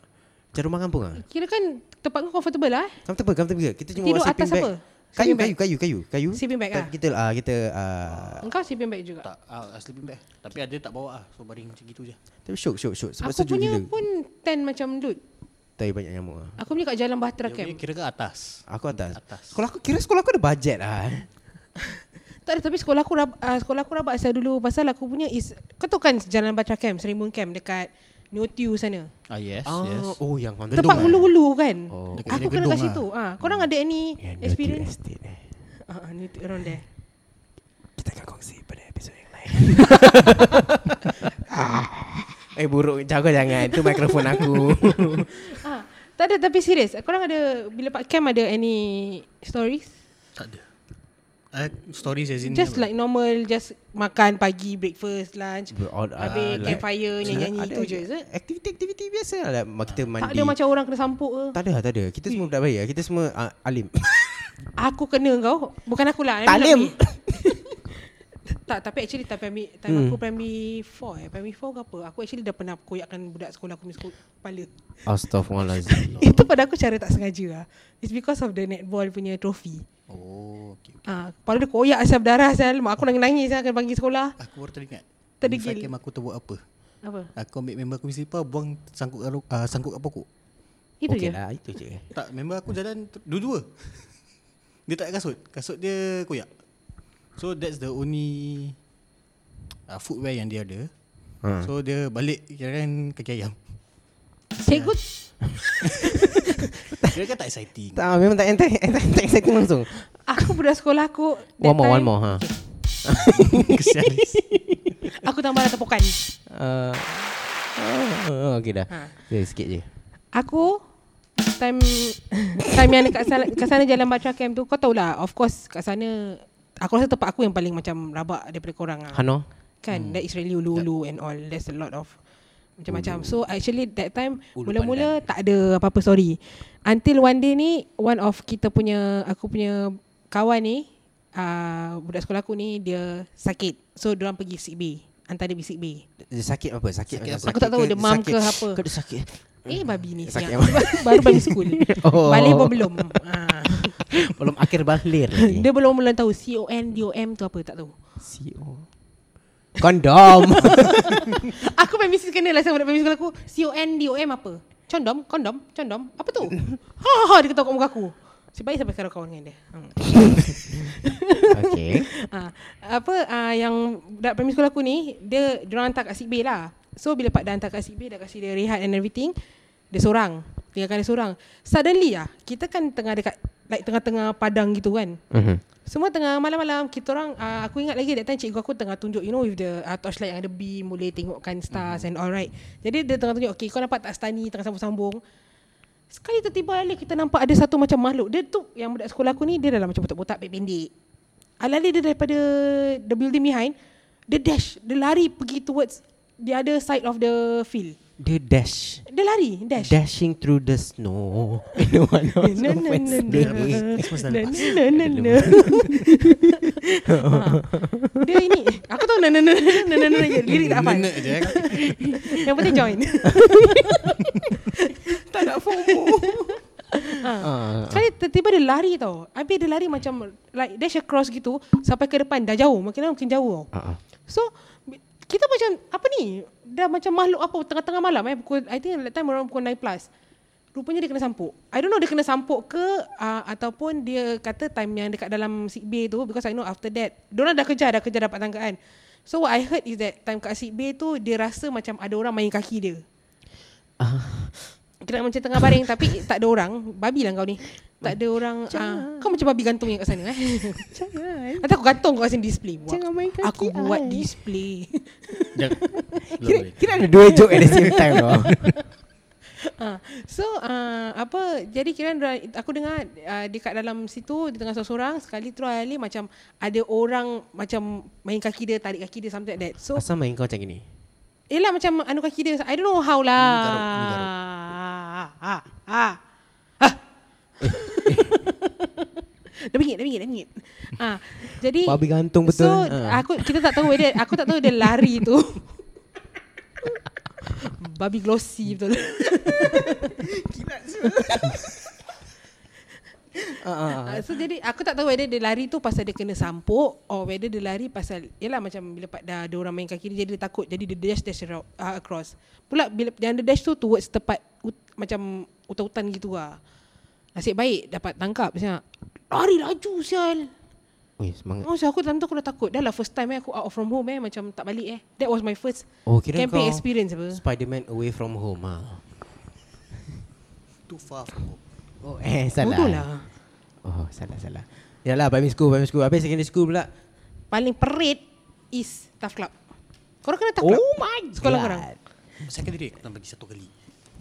[SPEAKER 4] Macam rumah kampung lah
[SPEAKER 3] Kira kan tempat kau comfortable lah eh?
[SPEAKER 4] Comfortable comfortable Kita cuma
[SPEAKER 3] Tidur
[SPEAKER 4] sleeping
[SPEAKER 3] atas
[SPEAKER 4] bag.
[SPEAKER 3] apa?
[SPEAKER 4] Kayu
[SPEAKER 3] Sleeping bag.
[SPEAKER 4] kayu kayu kayu kayu.
[SPEAKER 3] Sleeping bag
[SPEAKER 4] Kita-
[SPEAKER 3] lah.
[SPEAKER 4] Kita ah kita ah
[SPEAKER 3] Engkau sleeping bag juga
[SPEAKER 5] Tak, ah, ah, sleeping bag. Tapi ada tak bawa ah. So baring macam gitu je.
[SPEAKER 4] tapi syok syok syok sebab
[SPEAKER 3] Aku
[SPEAKER 4] sejuk
[SPEAKER 3] punya
[SPEAKER 4] gila.
[SPEAKER 3] pun tent macam dud
[SPEAKER 4] Tapi banyak nyamuk ah.
[SPEAKER 3] Aku punya kat Jalan Bahtera
[SPEAKER 5] Dia punya
[SPEAKER 3] Camp
[SPEAKER 5] kira ke atas.
[SPEAKER 4] Aku atas.
[SPEAKER 5] Atas.
[SPEAKER 4] Sekolah aku kira sekolah aku ada bajet ah.
[SPEAKER 3] Tak ada tapi sekolah aku rab, uh, Sekolah aku rabak asal dulu Pasal aku punya is Kau tahu kan Jalan Bahtera Camp Serimbun Camp Dekat Niotiu sana
[SPEAKER 5] Ah yes,
[SPEAKER 4] Ah,
[SPEAKER 5] yes.
[SPEAKER 4] Oh yang
[SPEAKER 3] Gedung Tempat hulu-hulu kan
[SPEAKER 4] Oh.
[SPEAKER 3] oh.
[SPEAKER 5] Dekat
[SPEAKER 3] Aku
[SPEAKER 5] sini
[SPEAKER 3] kena kat
[SPEAKER 5] gedung
[SPEAKER 3] situ ah. Korang ada any
[SPEAKER 4] Yang experience
[SPEAKER 3] experience?
[SPEAKER 4] estate, eh.
[SPEAKER 3] Ah, ah, Niotiu around there
[SPEAKER 4] Kita akan kongsi pada episod yang lain. eh buruk jaga jangan itu mikrofon aku.
[SPEAKER 3] ah. Tak ada tapi serius Korang ada Bila pak camp ada any stories?
[SPEAKER 5] Tak ada. Uh, stories as in
[SPEAKER 3] Just like normal Just makan pagi Breakfast, lunch
[SPEAKER 4] All- ah,
[SPEAKER 3] Habis
[SPEAKER 5] eh,
[SPEAKER 3] campfire Nyanyi-nyanyi
[SPEAKER 4] ada
[SPEAKER 3] itu je is it?
[SPEAKER 4] Aktiviti-aktiviti biasa lah like, Kita mandi
[SPEAKER 3] Tak ada macam orang kena sampuk ke
[SPEAKER 4] Tak ada tak ada Kita semua budak baik lah. Kita semua ah, alim
[SPEAKER 3] Aku kena kau Bukan aku lah
[SPEAKER 4] Talim.
[SPEAKER 3] Tak tapi actually Time, primary, time
[SPEAKER 4] Hmm.
[SPEAKER 3] aku primary 4 eh. Primary 4 ke apa Aku actually dah pernah Koyakkan budak sekolah Aku punya sekolah Kepala
[SPEAKER 4] Astaghfirullahaladzim
[SPEAKER 3] Itu pada aku cara tak sengaja lah It's because of the netball punya trophy
[SPEAKER 5] Oh, okay.
[SPEAKER 3] Ah, Kepala dia koyak asal berdarah asal Mak aku nangis-nangis lah Kena panggil sekolah
[SPEAKER 5] Aku baru teringat.
[SPEAKER 3] Terdegil.
[SPEAKER 5] Infak camp aku terbuat apa?
[SPEAKER 3] Apa?
[SPEAKER 5] Aku ambil member aku Misipa buang sangkut kat, uh, sangkut kat pokok.
[SPEAKER 3] Itu
[SPEAKER 4] Okey
[SPEAKER 3] je
[SPEAKER 4] lah itu je
[SPEAKER 5] Tak, member aku jalan ter- dua-dua. Dia tak ada kasut. Kasut dia koyak. So that's the only uh, footwear yang dia ada.
[SPEAKER 4] Ha.
[SPEAKER 5] Ha. So dia balik kira kan kaki ayam.
[SPEAKER 3] Cikgu
[SPEAKER 5] Kira kan tak exciting.
[SPEAKER 4] Tak memang tak entah Entah entah exciting langsung
[SPEAKER 3] Aku budak sekolah aku that
[SPEAKER 4] One more
[SPEAKER 3] time,
[SPEAKER 4] one more ha.
[SPEAKER 5] Kesian.
[SPEAKER 3] Aku tambah lah tepukan
[SPEAKER 4] Uh, oh, okay dah
[SPEAKER 3] Ha.
[SPEAKER 4] okay, Sikit je
[SPEAKER 3] Aku Time Time yang dekat sana, kat sana Jalan Baca Camp tu Kau tahulah Of course kat sana Aku rasa tempat aku yang paling macam Rabak daripada korang lah
[SPEAKER 4] Hano
[SPEAKER 3] Kan hmm. That is really ulu-ulu and all There's a lot of Macam-macam So actually that time Mula-mula tak ada apa-apa story Until one day ni One of kita punya Aku punya Kawan ni uh, Budak sekolah aku ni Dia sakit So diorang pergi sick bay Hantar dia pergi sick bay
[SPEAKER 4] Dia sakit apa Sakit,
[SPEAKER 5] Sakit
[SPEAKER 4] macam
[SPEAKER 5] apa?
[SPEAKER 4] sakit
[SPEAKER 3] Aku tak tahu
[SPEAKER 4] ke-
[SPEAKER 3] demam
[SPEAKER 4] sakit-
[SPEAKER 3] ke apa.
[SPEAKER 4] Kau ada sakit
[SPEAKER 3] Eh babi ni
[SPEAKER 4] Hmm. Sakit
[SPEAKER 3] siang.
[SPEAKER 4] apa?
[SPEAKER 3] Baru balik school
[SPEAKER 4] Oh.
[SPEAKER 3] oh. Balik pun belum ha.
[SPEAKER 4] Belum akhir balir lagi
[SPEAKER 3] Dia belum belum tahu C-O-N-D-O-M tu apa tak tahu
[SPEAKER 4] CO Kondom
[SPEAKER 3] Aku main bisnes kena lah Sama budak bisnes aku C-O-N-D-O-M apa Condom Kondom Condom Apa tu Ha ha ha, Dia ketawa kat muka aku Si baik sampai sekarang kawan dengan dia hmm.
[SPEAKER 4] Okay
[SPEAKER 3] ha. Apa uh, Yang Budak primary school aku ni Dia Diorang hantar kat sick bay lah So bila pak dah hantar kat sick bay Dah kasi dia rehat and everything Dia seorang Tinggalkan dia seorang Suddenly lah Kita kan tengah dekat Like tengah-tengah padang gitu kan
[SPEAKER 4] Mhm.
[SPEAKER 3] Semua tengah malam-malam kita orang uh, aku ingat lagi that time cikgu aku tengah tunjuk you know with the uh, torchlight yang ada beam boleh tengokkan stars mm-hmm. and all right. Jadi dia tengah tunjuk okay kau nampak tak stars ni tengah sambung-sambung. Sekali tiba-tiba alih kita nampak ada satu macam makhluk. Dia tu yang budak sekolah aku ni dia dalam macam botak-botak pendek. Alih-alih dia daripada the building behind, dia dash, dia lari pergi towards the other side of the field.
[SPEAKER 4] Dia dash
[SPEAKER 3] Dia lari, dash.
[SPEAKER 4] Dashing through the snow In the one
[SPEAKER 3] No, Eh, no, no, no. No, no, no, no. Ha. Dia ini Aku tahu no, no, no, no, no, no, no, je. Lirik tak hafal
[SPEAKER 5] Nenek je. eh.
[SPEAKER 3] Yang penting join Tak nak FOMO ha. Sekali tiba-tiba dia lari tau Habis dia lari macam Like dash across gitu Sampai ke depan Dah jauh Makin lama makin jauh tau
[SPEAKER 4] Ah, ah.
[SPEAKER 3] So bi- kita macam apa ni? Dah macam makhluk apa tengah-tengah malam eh pukul I think that time around pukul 9 plus. Rupanya dia kena sampuk. I don't know dia kena sampuk ke uh, ataupun dia kata time yang dekat dalam sick bay tu because I know after that diorang dah kejar dah kejar dapat tangkaan. So what I heard is that time kat sick bay tu dia rasa macam ada orang main kaki dia. Kira macam tengah baring tapi tak ada orang. Babi lah kau ni. Tak ada orang. Uh, kau macam babi gantung yang kat sana eh. Jangan. Nanti aku gantung kau kat sini display. Buat.
[SPEAKER 1] Jangan main kaki
[SPEAKER 3] Aku buat
[SPEAKER 1] I.
[SPEAKER 3] display.
[SPEAKER 5] Jangan.
[SPEAKER 4] Kira, kira ada dua joke at the same time tau
[SPEAKER 3] Ah, so uh, apa jadi kira dia- aku dengar uh, dekat dalam situ dia tengah seorang-seorang sekali terus Ali macam ada orang macam main kaki dia tarik kaki dia something like that. So
[SPEAKER 4] Asal main kau macam gini
[SPEAKER 3] eh lah macam anu kaki dia I don't know how lah.
[SPEAKER 5] Ni garuk, ni garuk.
[SPEAKER 3] Ah, ah, ah. Ah. Dah bingit, dah bingit, dah bingit. Ah, jadi
[SPEAKER 4] Babi gantung betul.
[SPEAKER 3] So,
[SPEAKER 4] Ah.
[SPEAKER 3] aku kita tak tahu whether aku tak tahu dia lari tu. babi glossy betul.
[SPEAKER 4] Ah, ah.
[SPEAKER 3] Ah, so jadi aku tak tahu whether dia lari tu pasal dia kena sampuk or whether dia lari pasal yalah macam bila pa- dah ada orang main kaki dia jadi dia takut jadi dia dash dash arou- ah, across. Pula bila yang dia dash tu towards tempat ut, macam hutan-hutan gitu lah. Nasib baik dapat tangkap siap. Lari laju sial.
[SPEAKER 4] Ui, semangat.
[SPEAKER 3] Oh, so aku dalam tu aku dah takut. Dah lah first time eh aku out from home eh macam tak balik eh. That was my first
[SPEAKER 4] Oh, kira
[SPEAKER 3] camping
[SPEAKER 4] kau
[SPEAKER 3] experience apa.
[SPEAKER 4] Spiderman away from home ah.
[SPEAKER 5] Too far from home
[SPEAKER 4] Oh, eh salah.
[SPEAKER 3] Bodoh lah.
[SPEAKER 4] Oh, salah salah. Yalah, primary school, primary school. Habis secondary school pula.
[SPEAKER 3] Paling perit is tough club. Korang kena tough club.
[SPEAKER 4] Oh my
[SPEAKER 3] Sekolah
[SPEAKER 4] God.
[SPEAKER 3] korang.
[SPEAKER 5] Secondary aku tak pergi satu kali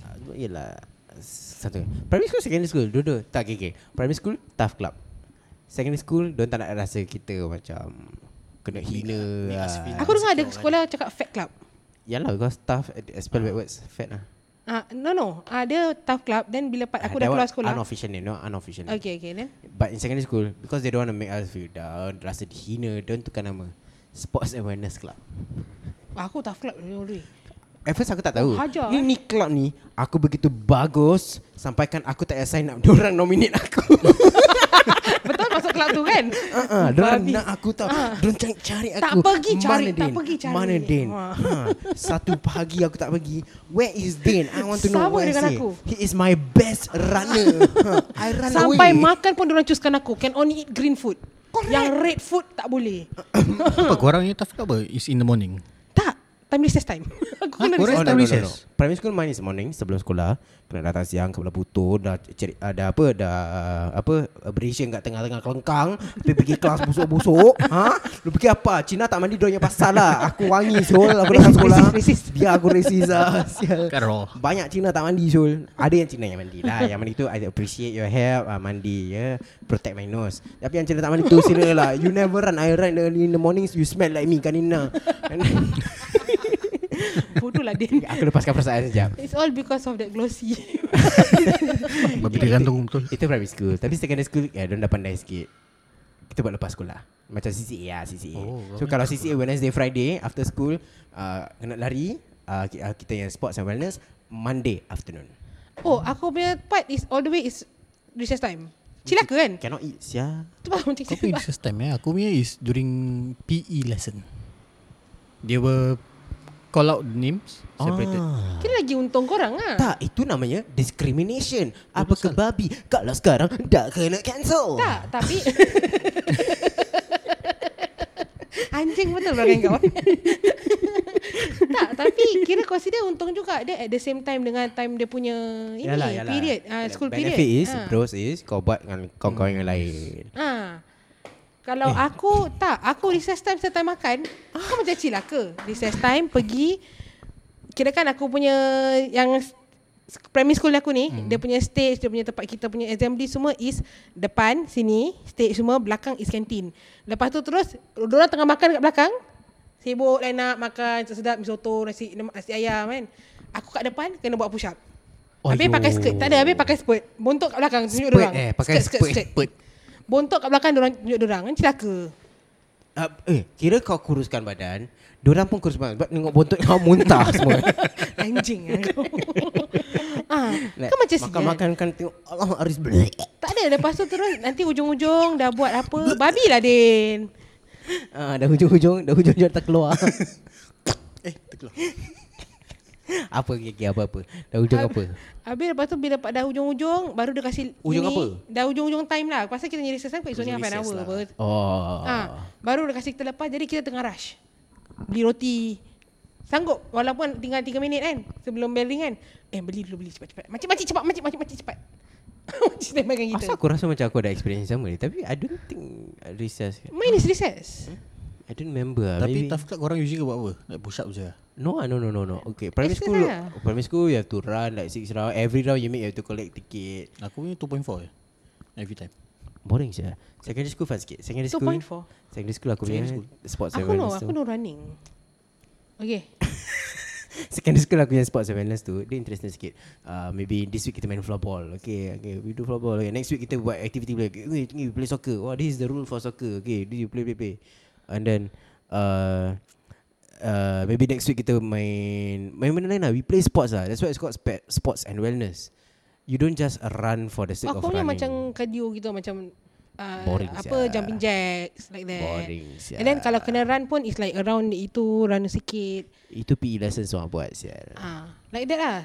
[SPEAKER 4] Ah, Yelah Satu Primary school secondary school Dua-dua Tak okay, okay. Primary school Tough club Secondary school Diorang tak nak rasa kita macam Kena hina
[SPEAKER 5] make us
[SPEAKER 4] lah.
[SPEAKER 5] feel-
[SPEAKER 3] Aku dengar ada sekolah cakap fat club.
[SPEAKER 4] Yalah because tough at- at Spell backwards Fat lah
[SPEAKER 3] Ah, no no. Ah, dia tough club then bila part aku
[SPEAKER 4] Ah,
[SPEAKER 3] dah
[SPEAKER 4] that
[SPEAKER 3] keluar
[SPEAKER 4] one
[SPEAKER 3] sekolah.
[SPEAKER 4] Unofficial name no, Unofficial name
[SPEAKER 3] Okay okay then.
[SPEAKER 4] But in secondary school Because they don't want to make us feel down Rasa dihina Diorang tukar nama Sports Awareness Club
[SPEAKER 3] Ah, Aku tough club dulu dulu.
[SPEAKER 4] At first aku tak tahu
[SPEAKER 3] Hajar,
[SPEAKER 4] Ni
[SPEAKER 3] eh.
[SPEAKER 4] ni club ni Aku begitu bagus Sampaikan aku tak payah sign up Diorang nominate aku
[SPEAKER 3] Betul masuk club tu kan?
[SPEAKER 4] Ah, dorang
[SPEAKER 3] Babi.
[SPEAKER 4] nak aku tau.
[SPEAKER 3] Ah.
[SPEAKER 4] Dorang cari, cari aku.
[SPEAKER 3] Tak pergi cari,
[SPEAKER 4] Mana
[SPEAKER 3] tak
[SPEAKER 4] Din?
[SPEAKER 3] pergi cari.
[SPEAKER 4] Mana Din?
[SPEAKER 3] Ha.
[SPEAKER 4] Ha. Satu pagi aku tak pergi. Where is Din? I want to know
[SPEAKER 3] Sama
[SPEAKER 4] where is
[SPEAKER 3] dengan
[SPEAKER 4] he.
[SPEAKER 3] aku.
[SPEAKER 4] He is my best runner. ha. I run
[SPEAKER 3] Sampai
[SPEAKER 4] away.
[SPEAKER 3] makan pun diorang cuskan aku. Can only eat green food. Yang red food tak boleh.
[SPEAKER 5] Apa korang ni tough club apa? Is in the morning
[SPEAKER 3] tak. Time recess time. aku
[SPEAKER 5] Ah,
[SPEAKER 3] kena
[SPEAKER 5] korang
[SPEAKER 4] Oh, no,
[SPEAKER 3] recess time.
[SPEAKER 4] no, no,
[SPEAKER 5] Recess.
[SPEAKER 4] no. Primary school mine is morning sebelum sekolah. Kena datang siang ke Pulau Putu dah cari ada apa dah ah, apa abrasion kat tengah-tengah kelengkang, pergi pergi kelas busuk-busuk. ha? Lu fikir apa? Cina tak mandi dorang yang pasal lah. Aku wangi siul aku datang sekolah. Dia aku racist lah. Sial.
[SPEAKER 5] Karo
[SPEAKER 4] Banyak Cina tak mandi Syul Ada yang Cina yang mandi lah Yang mandi tu I appreciate your help uh, Mandi ya yeah. Protect my nose Tapi yang Cina tak mandi tu Sila lah You never run I run early in the mornings You smell like me Kanina And
[SPEAKER 3] Bodoh lah Din.
[SPEAKER 4] Aku lepaskan perasaan sekejap
[SPEAKER 3] It's all because of that glossy.
[SPEAKER 5] Babi dia gantung betul
[SPEAKER 4] Itu primary school Tapi secondary school Ya diorang dah pandai sikit Kita buat lepas sekolah Macam CCA lah CCA
[SPEAKER 5] Oh,
[SPEAKER 4] oh, So kalau CCA Wednesday Friday After school uh, Kena lari uh, ki- uh, Kita yang sports and wellness Monday afternoon
[SPEAKER 3] oh, aku punya part is all the way is recess time. Cilaka kan?
[SPEAKER 4] Cannot eat Sia
[SPEAKER 3] Tu pasal macam
[SPEAKER 5] Kau punya
[SPEAKER 3] kita.
[SPEAKER 5] this time ya Aku punya is during PE lesson Dia were Call out the names Separated
[SPEAKER 3] Kira lagi untung korang lah.
[SPEAKER 4] Tak, itu namanya discrimination. Apa ke babi? Kalau sekarang dah kena cancel.
[SPEAKER 3] Tak, tapi Anjing betul belakang kau Tak, tapi kira consider untung juga Dia at the same time dengan time dia punya Ini period uh,
[SPEAKER 4] The
[SPEAKER 3] School
[SPEAKER 4] benefit is,
[SPEAKER 3] period Ah.
[SPEAKER 4] bros is kau buat dengan kawan-kawan yang lain.
[SPEAKER 3] Ha. Kalau eh. aku tak, aku recess time setiap time makan, aku macam cilaka. Recess time pergi kira kan aku punya yang s- primary school aku ni, hmm. dia punya stage, dia punya tempat kita punya assembly semua is depan sini, stage semua, belakang is canteen. Lepas tu terus orang tengah makan kat belakang, sibuk line up makan sedap mi soto, nasi nasi ayam kan. Aku kat depan kena buat push up.
[SPEAKER 4] Ayuh.
[SPEAKER 3] Habis pakai skirt. Tak ada, habis pakai skirt. Bontok kat belakang tunjuk
[SPEAKER 4] Spurt
[SPEAKER 3] dorang.
[SPEAKER 4] eh, pakai spurt.
[SPEAKER 5] Put
[SPEAKER 3] Bontok kat belakang orang tunjuk orang kan celaka.
[SPEAKER 4] Uh, eh, kira kau kuruskan badan, diorang pun kurus badan. Sebab tengok bontot kau muntah semua.
[SPEAKER 3] Anjing lah kau. ah,
[SPEAKER 4] Like,
[SPEAKER 3] kau macam sial.
[SPEAKER 4] Makan-makan kan tengok, Allah Aris beli.
[SPEAKER 3] Tak ada lepas tu terus nanti ujung-ujung dah buat apa. Babi lah Din.
[SPEAKER 4] Ah, dah hujung-hujung, dah hujung-hujung tak keluar.
[SPEAKER 5] Eh terkeluar
[SPEAKER 4] apa gigi apa-apa. Dah hujung
[SPEAKER 3] Hab-
[SPEAKER 4] apa?
[SPEAKER 3] Habis lepas tu bila dah ujung-ujung baru dia kasi
[SPEAKER 4] Ujung
[SPEAKER 3] ini,
[SPEAKER 4] apa?
[SPEAKER 3] Dah ujung-ujung time lah. Pasal kita nyari sesan it's only half an hour. Lah. Apa.
[SPEAKER 4] Oh.
[SPEAKER 3] Ah, baru dia kasi kita lepas jadi kita tengah rush. Beli roti. Sanggup walaupun tinggal 3 minit kan sebelum bel ring kan. Eh beli dulu beli cepat-cepat. Macam-macam cepat macam-macam cepat. Macam tembakan kita.
[SPEAKER 4] Asal aku rasa macam aku ada experience sama ni Tapi I don't think recess
[SPEAKER 3] Main is recess.
[SPEAKER 4] I don't remember lah.
[SPEAKER 5] Tapi
[SPEAKER 4] Maybe.
[SPEAKER 5] tough club korang usually buat apa? Like push up je
[SPEAKER 4] No, ah, no, no, no, no. Okay, primary
[SPEAKER 3] Exercise
[SPEAKER 4] school,
[SPEAKER 3] lah.
[SPEAKER 4] primary school you have to run like six round. Every round you make you have to collect ticket.
[SPEAKER 5] Aku punya 2.4 je Every time
[SPEAKER 4] Boring sih. Secondary school fast sikit. Secondary school.
[SPEAKER 3] 2.4.
[SPEAKER 4] Secondary school aku punya sports
[SPEAKER 3] Aku no,
[SPEAKER 4] awareness tu.
[SPEAKER 3] aku no running. Okay.
[SPEAKER 4] Secondary school aku yang sports and wellness tu Dia interesting sikit uh, Maybe this week kita main floorball Okay, okay We do floorball okay, Next week kita buat activity play okay, okay, we play soccer Wah, This is the rule for soccer Okay do you play play play And then uh, uh, Maybe next week kita main Main benda lain lah We play sports lah That's why it's called spe- sports and wellness You don't just run for the sake of
[SPEAKER 3] Aku punya
[SPEAKER 4] running
[SPEAKER 3] macam cardio gitu macam uh,
[SPEAKER 4] Boring sia.
[SPEAKER 3] apa jumping jacks like that.
[SPEAKER 4] Boring
[SPEAKER 3] And then
[SPEAKER 4] sia.
[SPEAKER 3] kalau kena run pun it's like around itu run sikit.
[SPEAKER 4] Itu PE lesson semua buat sial.
[SPEAKER 3] Ah, like that lah.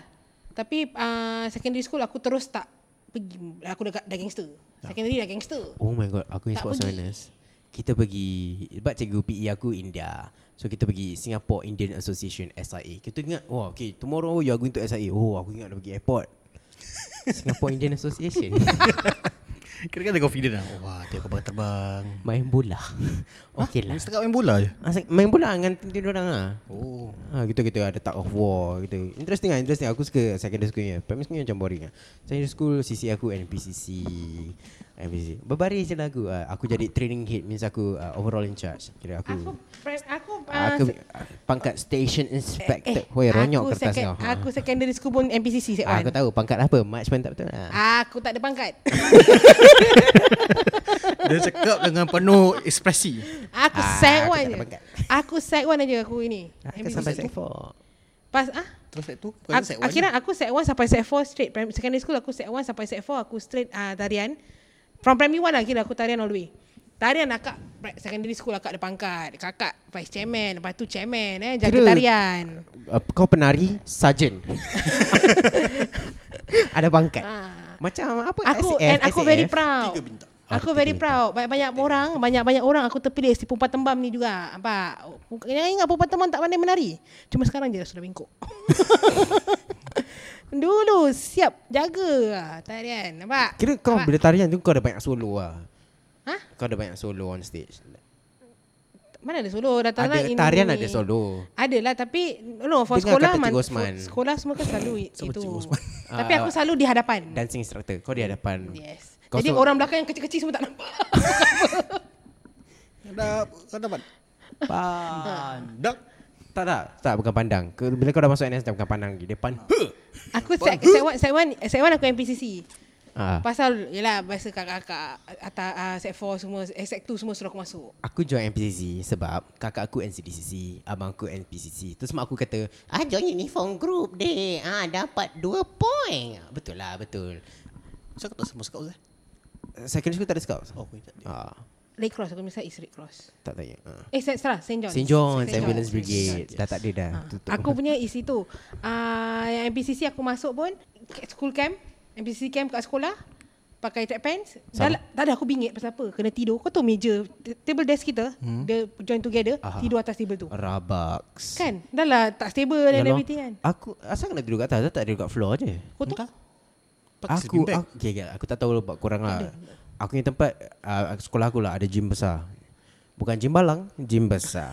[SPEAKER 3] Tapi uh, secondary school aku terus tak pergi. Aku dah, dah gangster.
[SPEAKER 4] Ah.
[SPEAKER 3] Secondary dah gangster.
[SPEAKER 4] Oh my god, aku yang
[SPEAKER 3] Tak
[SPEAKER 4] sports
[SPEAKER 3] pergi.
[SPEAKER 4] awareness. Kita pergi Sebab cikgu PE aku India So kita pergi Singapore Indian Association SIA Kita ingat Oh okay Tomorrow you are going to SIA Oh aku ingat dah pergi airport Singapore Indian Association
[SPEAKER 5] Kira kan ada confident lah Wah dia kapal terbang
[SPEAKER 4] Main bola Okay lah
[SPEAKER 5] Dia setakat main bola je
[SPEAKER 4] Asal- Main bola dengan tim dia orang lah
[SPEAKER 5] Oh
[SPEAKER 4] Ha, gitu kita ada tug of war gitu. Interesting lah, interesting. Aku suka secondary school ni. Primary school ni macam boring lah. Secondary school CC aku NPCC. NPCC. Berbaris je lah aku. Ah, aku jadi training head means aku ah, overall in charge. Kira aku
[SPEAKER 3] Aku pre- aku uh,
[SPEAKER 4] aku ah, pangkat station inspector. Woi,
[SPEAKER 3] Eh, aku
[SPEAKER 4] ronyok kertas
[SPEAKER 3] second-
[SPEAKER 4] kau.
[SPEAKER 3] Aku secondary school pun MPCC set
[SPEAKER 4] Ah, aku
[SPEAKER 3] one.
[SPEAKER 4] tahu pangkat apa. March pun tak betul lah.
[SPEAKER 3] Aku tak ada pangkat.
[SPEAKER 5] Dia cakap dengan penuh ekspresi
[SPEAKER 3] Aku
[SPEAKER 4] Ah,
[SPEAKER 3] set
[SPEAKER 4] aku tak
[SPEAKER 3] one je.
[SPEAKER 4] ada pangkat. Ah,
[SPEAKER 3] Aku set one aja aku ini.
[SPEAKER 4] Aku
[SPEAKER 3] MPCC.
[SPEAKER 4] sampai set 4.
[SPEAKER 3] Pas ah
[SPEAKER 5] Terus set tu bukan set
[SPEAKER 3] Ak-
[SPEAKER 5] one
[SPEAKER 3] akhirnya aku set 1 sampai set 4 straight. Prim- secondary school aku set 1 sampai set 4 aku straight uh, tarian. From primary 1 lah kira aku tarian all the way. Tarian akak pri- secondary school akak ada pangkat. Kakak vice chairman, lepas tu chairman eh jaga
[SPEAKER 4] Kira-
[SPEAKER 3] tarian.
[SPEAKER 4] Uh, kau penari sergeant. ada pangkat.
[SPEAKER 3] Ah.
[SPEAKER 4] Macam apa
[SPEAKER 3] Aku
[SPEAKER 4] SF,
[SPEAKER 3] and aku very
[SPEAKER 4] SAF.
[SPEAKER 3] proud.
[SPEAKER 5] Ah, Tiga bintang
[SPEAKER 3] Aku very proud. Banyak-banyak orang, banyak-banyak orang aku terpilih si perempuan tembam ni juga. Nampak? Jangan ingat perempuan tembam tak pandai menari. Cuma sekarang dia dah sudah bengkok. Dulu siap jaga lah tarian. Nampak?
[SPEAKER 4] Kira kau
[SPEAKER 3] Nampak?
[SPEAKER 4] bila tarian tu kau ada banyak solo lah.
[SPEAKER 3] Ha?
[SPEAKER 4] Kau ada banyak solo on stage.
[SPEAKER 3] Mana ada solo dah
[SPEAKER 4] Ada
[SPEAKER 3] ini.
[SPEAKER 4] tarian ada solo.
[SPEAKER 3] Adalah tapi no for
[SPEAKER 4] Dengar
[SPEAKER 3] sekolah
[SPEAKER 4] kata Cikgu
[SPEAKER 3] man-
[SPEAKER 4] Osman.
[SPEAKER 3] for sekolah semua kan selalu i-
[SPEAKER 5] Siapa
[SPEAKER 3] itu.
[SPEAKER 5] Cikgu Osman?
[SPEAKER 3] tapi aku selalu di hadapan.
[SPEAKER 4] Dancing instructor kau di hadapan.
[SPEAKER 3] Yes.
[SPEAKER 4] Ah. Kau
[SPEAKER 3] Jadi
[SPEAKER 4] so-
[SPEAKER 3] orang belakang yang kecil-kecil semua tak nampak.
[SPEAKER 5] Dah Kau dapat
[SPEAKER 3] Ah.
[SPEAKER 5] Pandang
[SPEAKER 4] Ah. Tak tak, tak bukan pandang. Ke- Bila kau dah masuk NS dah bukan pandang lagi. Dia pan.
[SPEAKER 3] aku set set one set one set one aku MPCC.
[SPEAKER 4] Ah.
[SPEAKER 3] Pasal yelah biasa kakak-kakak atas uh, set 4 semua eh, set 2 semua suruh aku masuk.
[SPEAKER 4] Aku join MPCC sebab kakak aku NCDCC, abang aku NPCC. Terus mak aku kata, ah join uniform group deh. Ah dapat 2 point. Betul lah, betul.
[SPEAKER 5] Kenapa kau tak sama scout eh
[SPEAKER 4] Secondary school tak ada scout.
[SPEAKER 5] Oh aku ingat dia
[SPEAKER 4] Ah,
[SPEAKER 3] Red Cross aku misal is Red Cross.
[SPEAKER 4] tak tanya. Ah.
[SPEAKER 3] Eh set salah St. John's.
[SPEAKER 4] St. John's
[SPEAKER 3] St.
[SPEAKER 4] Ambulance
[SPEAKER 3] John's.
[SPEAKER 4] Brigade dah tak ada dah. Tutup.
[SPEAKER 3] Ah. Aku punya is itu. Uh, yang MPCC aku masuk pun ke- school camp, MPCC camp kat sekolah pakai track pants. Dah,
[SPEAKER 4] Sama.
[SPEAKER 3] la- dah dah aku bingit pasal apa? Kena tidur. Kau tahu meja t- table desk kita, hmm. dia join together,
[SPEAKER 4] Aha.
[SPEAKER 3] tidur atas table tu.
[SPEAKER 4] Rabaks.
[SPEAKER 3] Kan? Dah lah tak stable
[SPEAKER 4] Ya
[SPEAKER 3] dan
[SPEAKER 4] Allah.
[SPEAKER 3] everything kan.
[SPEAKER 4] Aku asal kena duduk kat atas tak duduk kat floor je.
[SPEAKER 3] Kau tahu?
[SPEAKER 5] Pakai
[SPEAKER 4] aku,
[SPEAKER 5] sleeping bag.
[SPEAKER 4] aku, okay, okay, aku tak tahu lebat korang lah. Aku punya tempat uh, sekolah aku lah ada gym besar. Bukan gym balang, gym besar.